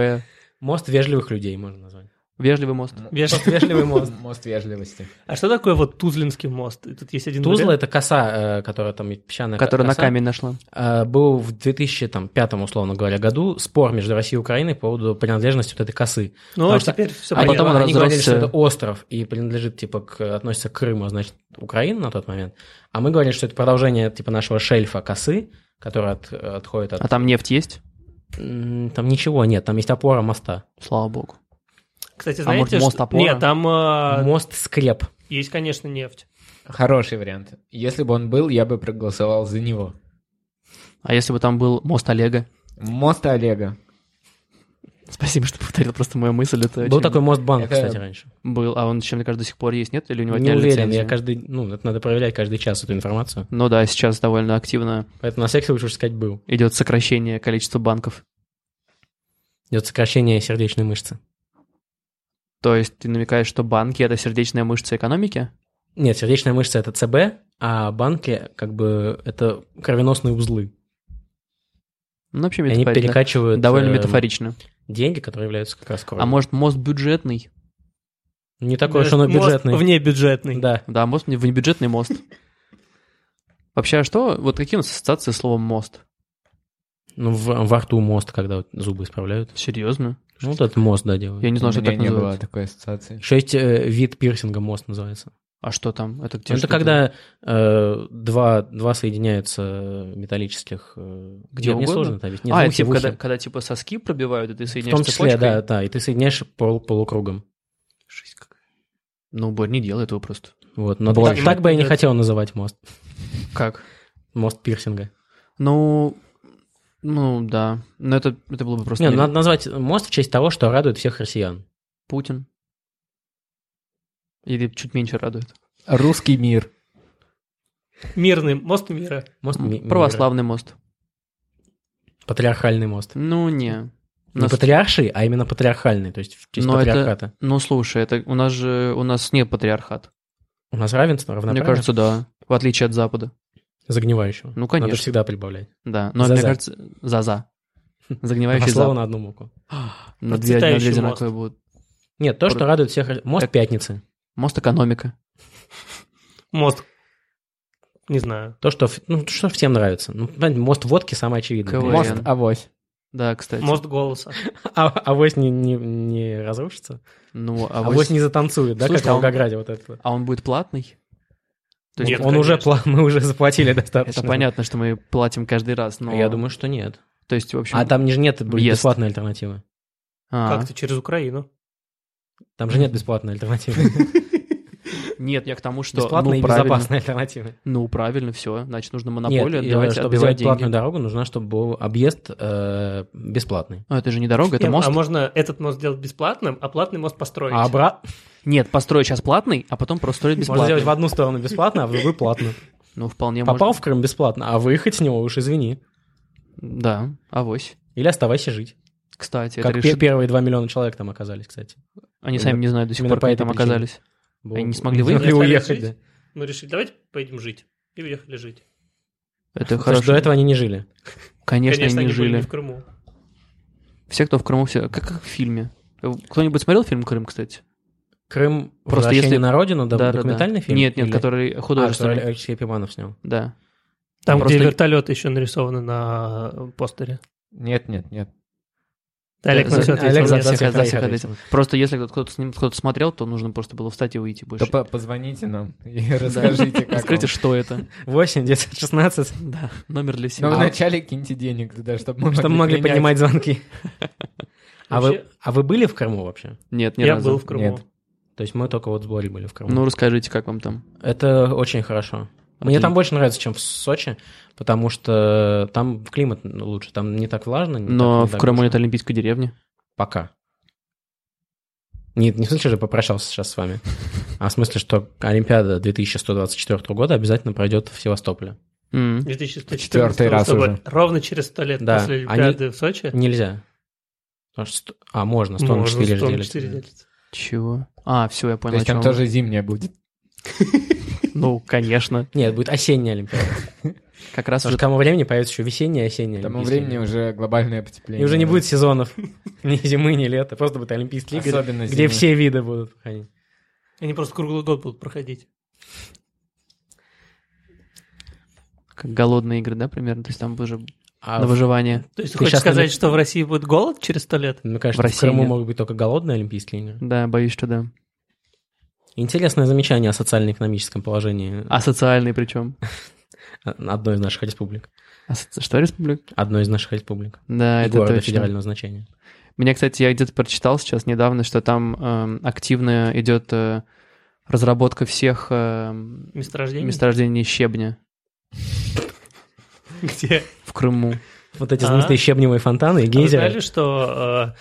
Мост вежливых людей можно назвать.
Вежливый мост.
М-
Веш-
Мост вежливый мост.
Мост вежливости.
А что такое вот Тузлинский мост? И Тут есть один
Тузла —
вариант.
это коса, э, которая там и песчаная ко-
Который на
коса.
камень нашла.
Э, Был в 2005, условно говоря, году спор между Россией и Украиной по поводу принадлежности вот этой косы.
Ну,
потому
а
что-
теперь все
а потом
понятно.
он
они говорили, что это
разросся.
остров и принадлежит, типа, к, относится к Крыму, а значит, Украина на тот момент. А мы говорили, что это продолжение, типа, нашего шельфа косы, который от- отходит от...
А там нефть есть?
М, Там ничего нет, там есть опора моста.
Слава богу.
Кстати,
а
знаете,
может, мост
что-
опора?
Нет, там
А
э,
Мост скреп.
есть, конечно, нефть.
Хороший вариант. Если бы он был, я бы проголосовал за него.
А если бы там был мост Олега?
Мост Олега.
Спасибо, что повторил просто мою мысль. Это
Был
очень-
такой мост банк,
Это-
кстати, раньше.
Был. А он, чем, мне кажется, до сих пор есть, нет? Или у него
Не
отняли
уверен, я
лицензию?
каждый, ну, это надо проверять каждый час эту информацию.
Ну да, сейчас довольно активно
Поэтому на всякий случай лучше сказать был.
идет сокращение количества банков.
Идет сокращение сердечной мышцы.
То есть ты намекаешь, что банки — это сердечная мышца экономики?
Нет, сердечная мышца это ЦБ, а банки как бы это кровеносные узлы.
Ну, вообще
И они
метафорично.
перекачивают
Довольно
э,
метафорично.
деньги, которые являются как раз кровью.
А может, мост бюджетный?
Не такой уж
Даже
он и
мост
бюджетный.
внебюджетный.
Да.
Да, мост не бюджетный мост. Вообще, а что, вот какие у нас ассоциации с словом мост?
Ну, в- во рту мост, когда вот зубы исправляют.
Серьезно?
Ну, вот этот мост, да,
Я
делают.
не знал,
У
что
меня
так
не было
называют.
такой ассоциации.
Еще есть э, вид пирсинга мост называется.
А что там? Это где?
Ну, это
что-то?
когда э, два, два соединяются металлических...
Где
Мне
угодно?
сложно это объяснить. Нет, в
а, это
ухе,
типа,
в ухе.
когда, когда типа соски пробивают, и ты
В
соединяешь
том числе,
цепочкой?
да, да, и ты соединяешь пол- полукругом.
Жесть какая. Ну, Борь, не делай этого просто.
Вот, но
Больше.
так, так бы я не хотел называть мост.
Как?
Мост пирсинга.
Ну, ну да. Но это, это было бы просто...
Не,
не- ну,
надо назвать мост в честь того, что радует всех россиян.
Путин. Или чуть меньше радует.
Русский мир.
Мирный, мост мира.
Мост ми- мира.
Православный мост.
Патриархальный мост.
Ну, не. У
Не
нас-
патриарший, а именно патриархальный, то есть в честь
Но это-
патриархата.
Ну, слушай, это у нас же у нас нет патриархат.
У нас равенство,
Мне
равноправие.
кажется, да. В отличие от Запада.
Загнивающего.
Ну, конечно.
Надо всегда прибавлять.
Да. Но
За-за.
мне кажется, за-за. Загнивающий
Два слова
Запад.
на одну муку.
На две, на
Процветающий
две
мост.
одинаковые будут.
Нет, то, что
Про-
радует всех... рас- Мост
Так-
пятницы.
Мост экономика.
Мост, не знаю.
То, что, в- ну, что всем нравится. Ну, понимаете, мост водки самое очевидное.
КВН.
Мост Авось.
Да, кстати.
Мост голоса.
А, авось не, не, не разрушится?
Ну, а,
Авось,
вот-
не затанцует, да,
Слушай,
как
а
в
он-
Волгограде вот это?
а он будет платный? То есть
Нет,
он уже
конечно.
пла- мы уже заплатили достаточно.
это понятно, что мы платим каждый раз, но...
Я думаю, что нет.
То есть, в общем...
А там же нет
Въезд.
бесплатной альтернативы.
А.
Как-то через Украину.
Там же нет бесплатной альтернативы.
Нет, я к тому, что...
Бесплатной
ну,
и
правильно.
безопасной альтернативы.
Ну, правильно, все. Значит, нужно
Нет,
монополию,
и, э,
давайте
чтобы
отбивать
сделать
деньги.
платную дорогу, нужна, чтобы был объезд э, бесплатный.
А, это же не дорога, это
Не,
мост.
А можно этот мост сделать бесплатным, а платный мост построить.
А обратно
Нет, построить сейчас платный, а потом просто строить
можно
бесплатный.
сделать в одну сторону бесплатно, а в другую платно.
Ну, вполне
Попал
можно.
в Крым бесплатно, а выехать с него уж извини.
Да, авось.
Или оставайся жить.
Кстати, это
Как пе-
решит-
первые 2 миллиона человек там оказались, кстати.
Они сами не знают до сих
именно
пор,
по
как они
этой
там
причине.
оказались.
Бо-
Они не смогли
могли
выехать?
уехать, да.
Мы решили, Ну, давайте поедем жить. И уехали жить.
Это
Потому что
хорошо.
до этого они не жили.
Конечно, они не
были
жили.
в Крыму.
Все, кто в Крыму, все... Как, как в фильме. Кто-нибудь смотрел фильм «Крым», кстати?
Крым
Просто
«Возвращение
если-
на родину», да,
Да-да-да.
ну, документальный фильм?
Нет, нет,
Или-
который
А, что
художественный.
Алексей Пиманов снял.
Да.
Там,
Просто-
где вертолеты еще нарисованы на постере.
Нет, нет, нет.
Олег
за-
на все
Олег
ответил.
за
на
всех- за
троих
всех
ответил.
Просто если кто- кто-то с ним- кто-то смотрел, то нужно просто было встать и уйти
То
больше.
по- позвоните нам и
Да.
расскажите, как
Расскажите,
вам.
что это.
8, 916,
Да, номер для
Ну,
себя.
Но вначале А киньте денег туда, чтобы мы
чтобы мы могли
принять.
поднимать звонки. А вы,
Вообще-
а вы были в Крыму вообще?
А, Нет, не
Я был
разу.
в Крыму.
Нет.
То есть мы только вот с Борей были в Крыму.
Ну, расскажите, как вам там.
Это очень хорошо. Мне
Отлично.
там больше нравится, чем в Сочи, потому что там климат лучше, там не так влажно. не
Но
так- не
в
так
Крыму
душно.
нет олимпийской деревни.
Пока. Нет, не в смысле, что я попрощался сейчас с вами, а в смысле, что Олимпиада 2124 года обязательно пройдет в Севастополе.
М.
2014
Четвертый раз
чтобы
уже.
Ровно через сто лет
Да,
после
они-
Олимпиады в Сочи.
Нельзя. Потому что... сто- А, можно, 100
Можно
на 4
стон
же
на
делится.
четыре делится.
Чего? А, все, я
То
понял, о
есть
чем.
там
вы.
тоже зимняя будет.
Ну, конечно.
Нет, будет осенняя Олимпиада.
Как раз
Потому что
уже
к тому времени появится еще весенняя и осенняя
К тому
Олимпийские
времени
игры.
уже глобальное потепление.
И уже не будет сезонов ни зимы, ни лета. Просто будут
А
Олимпийские игры,
Особенно
где
зимой.
все виды будут проходить.
Они просто круглый год будут проходить.
как голодные игры, да, примерно? То есть там уже
А
Ну,
на
в-
выживание.
То есть
Ты
ты хочешь
щас на
сказать,
лет-
что в России будет голод через сто лет?
мне
в
ну, кажется, в,
России
Крыму
нет.
могут быть только голодные Олимпийские игры.
Да, боюсь, что да.
Интересное замечание о социально-экономическом положении
А социальные причем?
одной из наших республик.
Что, республик?
Одной из наших республик.
А
Да,
и
это
города
точно.
федерального значения.
Мне, кстати, я где-то прочитал сейчас недавно, что там эм, активно идет э, разработка всех эм,
Месторождение?
месторождений щебня
Где?
в Крыму.
Вот эти
А?
знаменитые щебневые фонтаны и
А Вы
гейзеры.
знали, что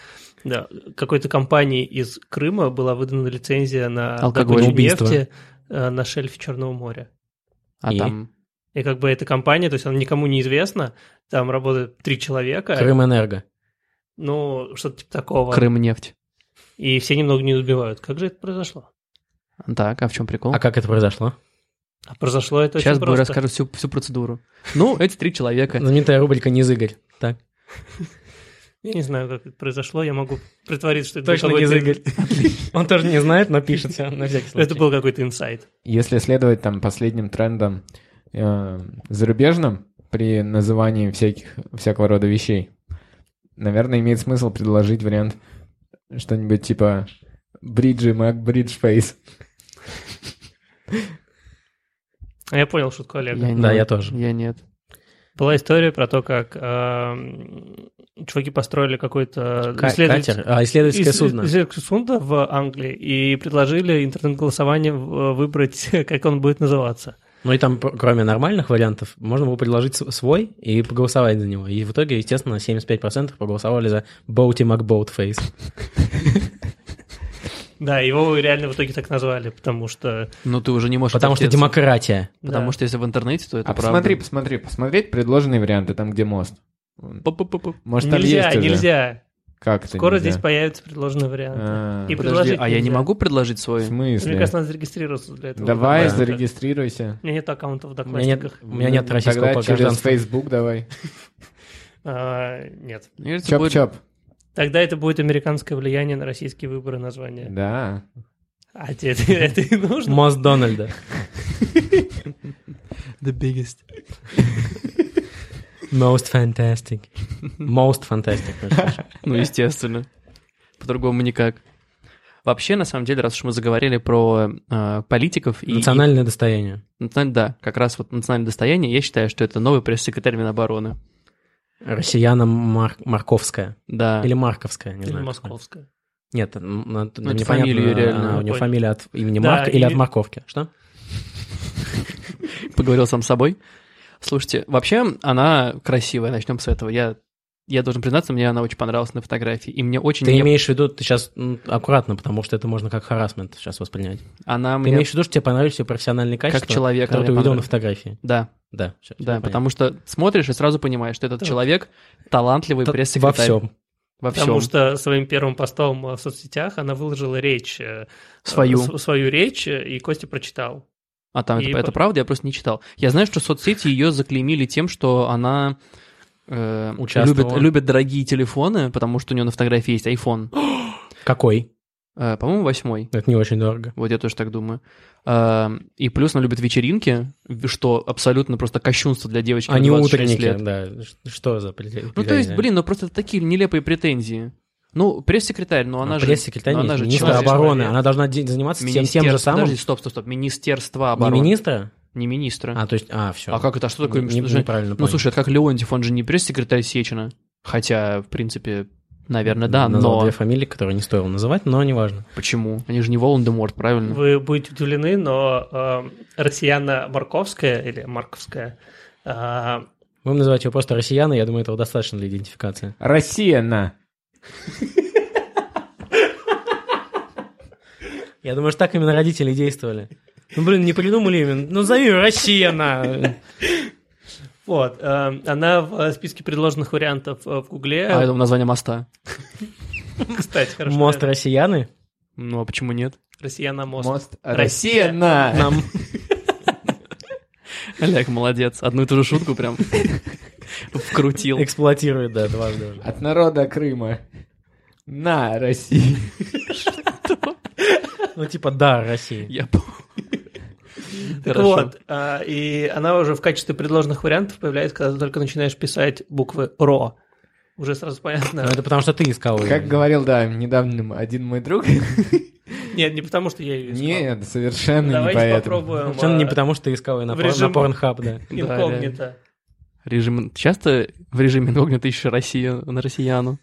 э, да, какой-то компании из Крыма была выдана лицензия на
Алкоголь.
добычу
Убийство.
нефти э, на шельфе Черного моря.
А
И?
там...
И как бы эта компания, то есть она никому не известна, там работают три человека,
Крымэнерго.
ну, что-то типа такого.
Крым нефть.
И все немного не убивают. Как же это произошло?
Так, а в чем прикол?
А как это произошло?
А произошло это
Сейчас
очень
бы
просто.
расскажу всю, всю процедуру. Ну, эти три человека.
Знаменитая рубрика «Низ Игорь». Так.
Я не знаю, как это произошло, я могу притвориться, что это
Точно
был
«Низ
какой-то-
Игорь». Он тоже не знает, но пишет все на всякий случай.
Это был какой-то инсайт.
Если следовать там последним трендам э, зарубежным при назывании всяких, всякого рода вещей, наверное, имеет смысл предложить вариант что-нибудь типа Бриджи Мак Бридж Фейс.
А я понял шутку Олега.
Я
Да,
нет.
я тоже.
Я нет.
Была история про то, как эм, чуваки построили какой-то
Ка-
исследователь-
катер, а, исследовательское
ис-
судно.
исследовательское судно в Англии и предложили интернет-голосование в- э, выбрать, как он будет называться.
Ну и там, пр- кроме нормальных вариантов, можно было предложить с- свой и поголосовать за него. И в итоге, естественно, 75% проголосовали за Боути Макбоутфейс.
Да, его реально в итоге так назвали, потому что
Ну, ты уже не можешь...
Потому что
отвертеться.
демократия.
Потому
да.
что если в интернете, то это
А
правда.
посмотри, посмотри, посмотреть предложенные варианты, там, где мост.
Пу-пу-пу-пу.
Может, там
нельзя,
есть уже?
нельзя.
Как это
Скоро
нельзя?
здесь появятся предложенные варианты.
А,
И
в
Подожди,
предложить
а я не
нельзя.
могу предложить свой? Ну,
Мне
смысле?
кажется, надо зарегистрироваться для этого.
Давай,
Да.
зарегистрируйся.
У меня нет аккаунта в
У меня нет,
Докладчиках.
у меня нет
Ну,
российского
Тогда через
гражданства.
Facebook давай.
А, нет.
Мне кажется, будет-
Чоп-чоп.
Тогда это будет американское влияние на российские выборы названия.
Да.
А тебе это- это и нужно?
Мост Дональда.
The biggest.
Most fantastic. Most fantastic. между прочим.
Ну, естественно. По-другому никак. Вообще, на самом деле, раз уж мы заговорили про э, политиков и...
Национальное достояние.
и- националь- Да, как раз вот национальное достояние, я считаю, что это новый пресс-секретарь Минобороны.
Россияна Мар- Марковская.
Да.
Или Марковская, не
Или
знаю.
московское.
Нет, м, на-
Ну,
непонятно,
это фамилия
а,
реально,
у него
понял.
фамилия от имени
Да,
Марка или от
и-
морковки. Что?
Поговорил сам с собой. Слушайте, вообще она красивая, начнем с этого. Я, я должен признаться, мне она очень понравилась на фотографии. И мне очень...
Ты
не-
имеешь в виду, ты сейчас аккуратно, потому что это можно как харасмент сейчас воспринять.
Она
Ты
мне...
имеешь в виду, что тебе понравились ее профессиональные качества,
человека
которые ты
мне
увидел на
понравились.
фотографии?
Да,
Да, всё, всё
да,
понятно.
потому что смотришь и сразу понимаешь, что этот
Да.
человек талантливый
Та-
пресс-секретарь.
Во всем.
Во всем.
Потому что своим первым постом э, в соцсетях она выложила речь. э,
Свою.
э, с- свою речь, э, и Костя прочитал.
А там
И
это, это
по-
правда, я просто не читал. Я знаю, что соцсети ее заклеймили тем, что она э, любит,
Участвовала.
любит дорогие телефоны, потому что у нее на фотографии есть iPhone.
Какой?
Э, По-моему, восьмой.
Это не очень дорого.
Вот я тоже так думаю. А, И плюс она любит вечеринки, что абсолютно просто кощунство для девочки. в
Они
26
А утренники,
лет.
да. Ш- Что за претензии?
Ну, то есть, блин, ну просто это такие нелепые претензии. Ну, пресс-секретарь, ну она же...
а Пресс-секретарь
ну,
не-
она же
министра
человек.
обороны, она должна де- заниматься тем, тем же
Министерство-
самым.
Подожди, стоп, стоп, стоп. Министерство
не
обороны.
министра?
Не министра.
А, то есть, а, все.
А как это? А что такое?
Не-
что же-
неправильно
Ну,
понял.
слушай, это как Леонтьев, он же не пресс-секретарь Сечина. Хотя, в принципе, наверное, да,
Назвал
но...
две фамилии, которые не стоило называть, но неважно.
Почему? Они же не Волан-де-Морт, правильно?
Вы будете удивлены, но э, россияна Марковская или Марковская э,
Будем называть ее просто россияна, я думаю, этого достаточно для идентификации.
Россия на.
Я думаю, что так именно родители действовали. Ну, блин, не придумали именно. Ну, зови её Россияна.
Вот, э, она в э, списке предложенных вариантов э, в Гугле.
А, я думал, название моста.
Кстати, хорошо.
Мост россияны.
Ну, а почему нет?
Россияна мост.
Мост.
Россия
Россия на.
Нам
Олег, молодец. Одну и ту же шутку прям вкрутил.
эксплуатируют, да, дважды уже.
От народа Крыма. На, Россия.
Ну, типа, да, Россия.
Я пом-
Так
Хорошо.
вот, э, и она уже в качестве предложенных вариантов появляется, когда ты только начинаешь писать буквы РО. Уже сразу понятно.
Ну, это потому что ты искал её.
Как говорил, да, недавно один мой друг.
Нет, не потому, что я ее искал.
Нет, совершенно не
Давайте
поэтому.
Ну,
попробуем
Причём не
э,
потому что ты искал ее на
в
пор- на
режим-
Порнхаб, да.
инкогнито.
Режим... Часто в режиме инкогнито ищешь Россию на россияну?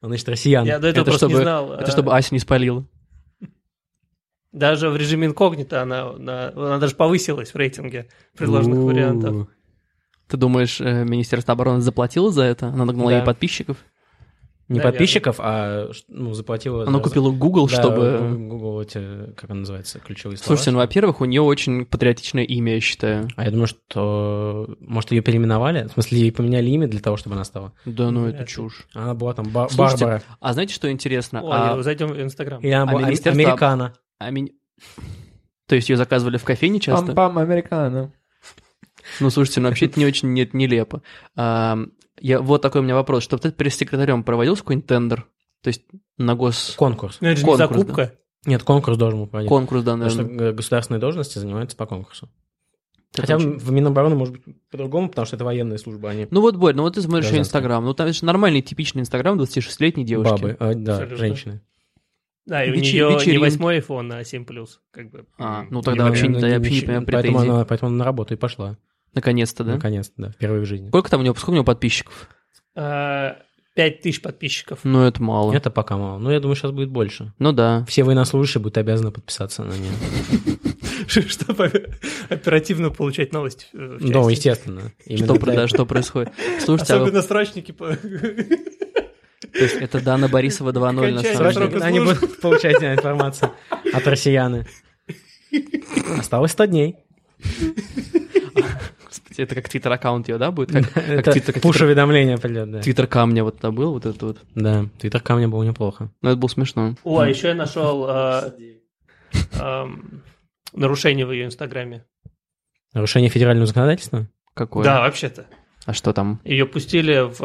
Ну, Значит, россиян.
Я до этого
Это
просто
чтобы-
не знал.
Это
э,
чтобы а- Ася не спалила.
Даже в режиме инкогнито она, она, она даже повысилась в рейтинге предложенных вариантов.
Ты думаешь, э, Министерство обороны заплатило за это? Она нагнала
Да.
ей подписчиков?
Не
Наверное.
подписчиков, а ш- ну, заплатила...
Она
за-
купила Google,
Да,
чтобы...
Google эти, как он называется, ключевые слова.
Слушайте, ну, во-первых, у нее очень патриотичное имя, я считаю.
А я думаю, что, может, ее переименовали? В смысле, ей поменяли имя для того, чтобы она стала.
Да ну, это
Вряд ли.
чушь.
Она была там Ба-
Слушайте,
Барбара.
А знаете, что интересно?
Ой,
А-
зайдем в Инстаграм.
Или она
а
была Ами-
министерство-
Американа.
а мен- То есть ее заказывали в кофейне часто?
Пам-пам, американо.
Ну, слушайте, ну вообще это не очень нет, нелепо. А, я, вот такой у меня вопрос. Чтобы ты пресс-секретарем проводился какой-нибудь тендер? То есть на гос...
Конкурс.
Ну, это же не
конкурс,
закупка.
Нет, конкурс должен был пройти.
Конкурс, да,
Потому что
наверное.
г- государственные должности занимаются по конкурсу.
Это
Хотя
очень-
в Минобороны может быть по-другому, потому что это а военные службы, они
Ну вот, Борь, ну вот ты смотришь ее
Гражданская.
Инстаграм. Ну там же нормальный, типичный Инстаграм 26-летней девушки.
бабы, а, да,
Абсолютно.
женщины.
Да, и у
Вечер-
нее не
вечеринки.
восьмой iPhone, а 7 плюс, как бы.
А,
М.
ну тогда вообще, не-
Наверное,
да, я вообще не
ничего-
понимаю
поэтому
претензий.
она, поэтому она на работу и пошла.
Наконец-то, да?
Наконец-то, да, впервые в жизни.
Сколько там у него, сколько у него подписчиков?
А, пять тысяч подписчиков.
Ну, это мало.
Это пока мало. Но я думаю, сейчас будет больше.
Ну да.
Все военнослужащие будут обязаны подписаться на нее.
Чтобы оперативно получать новости. э, в
Ну,
части.
естественно. Именно
Что, про-
для-
да, что происходит? Слушайте, а вы-
Особенно срочники. по-
то есть это Дана Борисова 2.0 на
Кончай
самом
Срочно
деле.
срока
они
службы.
будут получать информацию от россияны. Осталось 100 дней.
Господи, Это как твиттер-аккаунт ее, да, будет? Как- Как
Это
твиттер- как
пуш-уведомление придет, да.
твиттер камня вот там был, вот это вот.
Да, твиттер камня был неплохо.
Ну, это было смешно.
О, еще я нашел а, ам, нарушение в ее Инстаграме.
Нарушение федерального законодательства?
Какое?
Да, вообще-то.
А что там?
Ее пустили в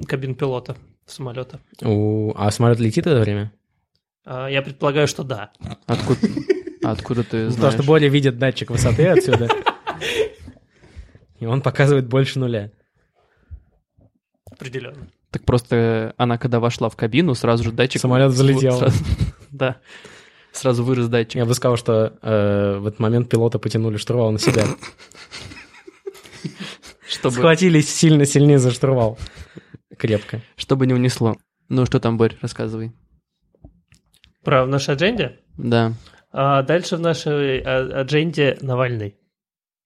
э, кабин пилота самолета.
У- А самолет летит в это время?
А, Я предполагаю, что да.
Откуда, откуда ты
Ну, Потому
знаешь?
что Боря видит датчик высоты отсюда. И он показывает больше нуля.
Определенно.
Так просто она, когда вошла в кабину, сразу же датчик...
Самолет взлетел.
Вот сразу- Да. Сразу вырос датчик.
Я бы сказал, что э, в этот момент пилота потянули штурвал на себя.
Чтобы,
Схватились сильно сильнее за штурвал. Крепко.
чтобы не унесло. Ну, что там, Борь, рассказывай.
Про в нашей адженде.
Да,
А дальше в нашей а, адженде Навальный.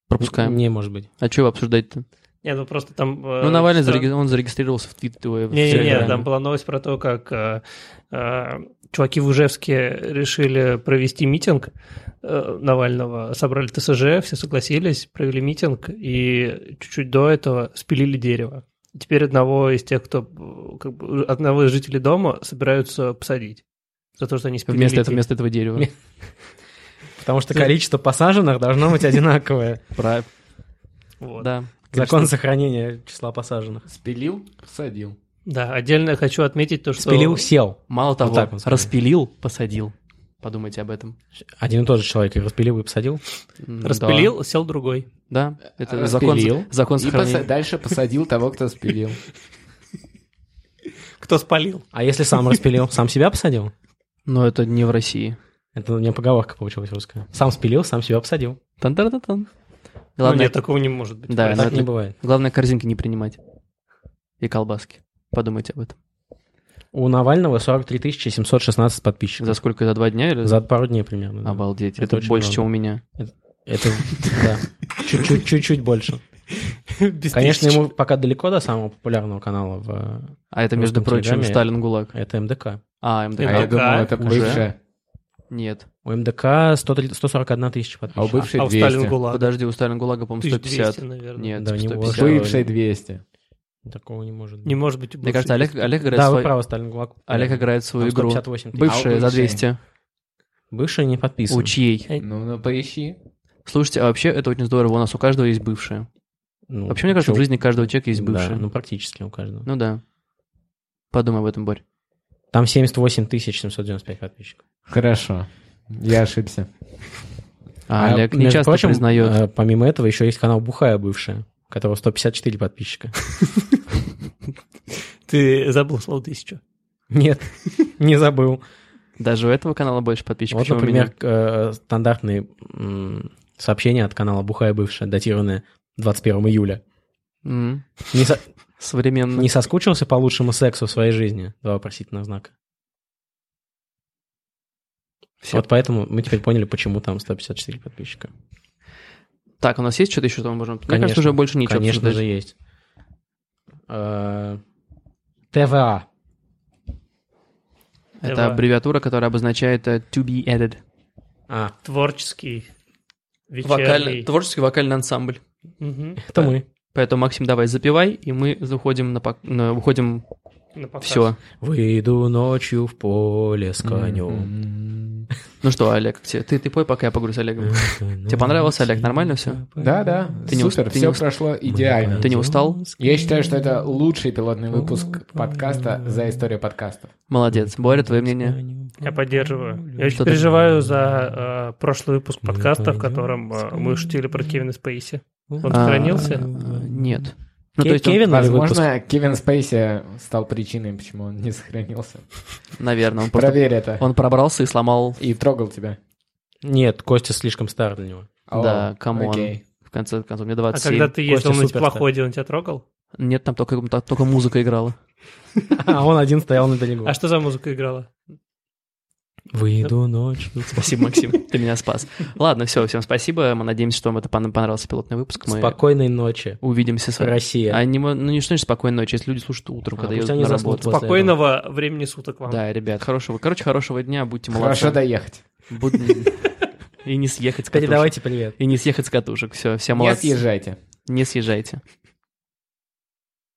пропускаем.
Не А, может быть.
А что обсуждать-то?
Нет, ну просто там...
Ну, Навальный, зареги- он зарегистрировался в Твиттере.
Не-не-не, там была новость про то, как э, э, чуваки в Ужевске решили провести митинг э, Навального, собрали ТСЖ, все согласились, провели митинг и чуть-чуть до этого спилили дерево. Теперь одного из тех, кто э, как бы, одного из жителей дома собираются посадить за то, что они спилили.
Вместо, этого,
дерево.
вместо этого дерева.
Не. Потому что количество посаженных должно быть одинаковое.
Прав-
Вот.
Да.
Закон сохранения числа посаженных.
Спилил, посадил.
Да, отдельно хочу отметить то, что...
Спилил, сел.
Мало того,
так он сказал.
распилил, посадил. Подумайте об этом.
Один и тот же человек и распилил, и посадил.
М, да.
Распилил, сел другой.
Да,
Э,
это
Распилил.
закон, закон
И поса-
сохранения.
дальше посадил того, кто спилил.
Кто спалил?
А если сам распилил, сам себя посадил?
Но это не в России.
Это у меня поговорка получилась русская. Сам спилил, сам себя посадил.
тан тан тан
Ну,
Главное,
нет, такого не может быть.
Да, ну
Так
это-
не бывает.
главное корзинки не принимать. И колбаски. Подумайте об этом.
У Навального 43 716 подписчиков.
За сколько? За два дня или
За пару дней примерно. да.
Э, Обалдеть,
Это
это,
очень
больше,
много.
чем у меня.
Это, да, чуть-чуть, чуть-чуть больше.
Без
Конечно,
тысяч.
ему пока далеко до самого популярного канала в
А это,
В
между
русском
прочим,
Телеграме-
Сталин ГУЛАГ.
это МДК.
А, МДК.
А я
Пока
думал, это
уже.
бывшая.
Нет.
У МДК 130 141 тысяча
А у
подписчиков.
бывшей
А у Сталина
200.
ГУЛАГ
Подожди, у Сталин ГУЛАГа, по-моему,
1200,
150.
наверное.
Нет,
Да, у него
150.
уже-
Бывшей 200.
А, Такого не может быть.
Не может быть. у
Мне кажется, Олег,
большевистов.
Олег, играет,
да, вы
свой-
правы, Сталин ГУЛАГ.
Олег играет
Там
свою игру.
158 тысяч.
Бывшая за
бывшая?
200.
Бывший не подписан.
У чьей?
Ну, ну поищи.
Слушайте, а вообще это очень здорово. У нас у каждого есть бывшая.
Ну,
Вообще, мне кажется, в
чё-
жизни каждого человека есть
Да,
бывшая.
ну, практически у каждого.
Ну да. Подумай об этом, Борь.
Там 78 795 подписчиков.
Хорошо. Я ошибся.
А,
А,
Олег не
между
часто
прочим,
признает.
э, Помимо этого, еще есть канал Бухая бывшая, у которого 154 подписчика.
Ты забыл слово тысячу.
Нет, не забыл.
Даже у этого канала больше подписчиков,
Вот,
чем у
например,
меня.
э, стандартные м, сообщения от канала Бухая бывшая, датированные 21 июля.
М,
Не, со-
Современно.
не соскучился по лучшему сексу в своей жизни? Два вопросительных знака.
Всё.
Вот поэтому мы теперь поняли, почему там 154 подписчика.
Так, у нас есть что-то еще, что мы можем... Мне
Конечно.
кажется, уже больше ничего
Конечно
обсуждать.
же, есть. Э, ТВА.
Это
Давай.
аббревиатура, которая обозначает э, to be added.
А,
Творческий,
Вокальный,
вечерний.
творческий вокальный ансамбль.
Мгм.
это мы.
Поэтому, Максим, давай запивай, и мы уходим на, пок- на- уходим
На показ.
все.
Выйду ночью в поле с конем.
М.
Ну что, Олег, те- ты, ты пой, пока я погружу с Олегом.
Тебе
понравилось, Олег, нормально всё?
Да, да.
Ты не ус-
Супер.
ты не
Все
ус-
прошло идеально.
Ты не устал?
Я считаю, что это лучший пилотный выпуск подкаста за историю подкастов.
Молодец. Боря, твое мнение?
Ну,
Я поддерживаю. Я очень
Что-то-
переживаю за э, прошлый выпуск
Ну,
Мы
подкаста, в
пойдем
котором э, мы шутили про Кевина Спейси. Он
А,
сохранился?
э, Нет.
Ке- Кевин или выпуск?
Возможно, Кевин Спейси стал причиной, почему он не сохранился.
Наверное, он просто...
Проверь это.
Он пробрался и сломал...
И трогал тебя.
Нет, Костя слишком стар для него.
О,
Да, камон.
окей.
В конце концов, мне
А
27.
когда ты ездил на
Костя Суперстар.
теплоходе, он тебя трогал?
Нет, там только, та- только музыка играла.
А он один стоял на берегу.
А что за музыка играла?
Выйду ночью.
Спасибо, Максим, ты меня спас. Ладно, все, всем спасибо. Мы надеемся, что вам это пон- понравился пилотный выпуск. Мы
Спокойной ночи,
увидимся с вами.
Россия.
А не, мо- ну, не что значит спокойной ночи, если люди слушают утром,
А,
когда
пусть
едут
они
на
заснут
работу.
после
Спокойного времени суток вам.
Да, ребят, хорошего, короче, хорошего дня, будьте молодцы.
Хорошо доехать.
Буд- И не съехать с катушек.
Передавайте привет.
И не съехать с катушек. Все, все
Не
молодцы.
съезжайте.
Не съезжайте.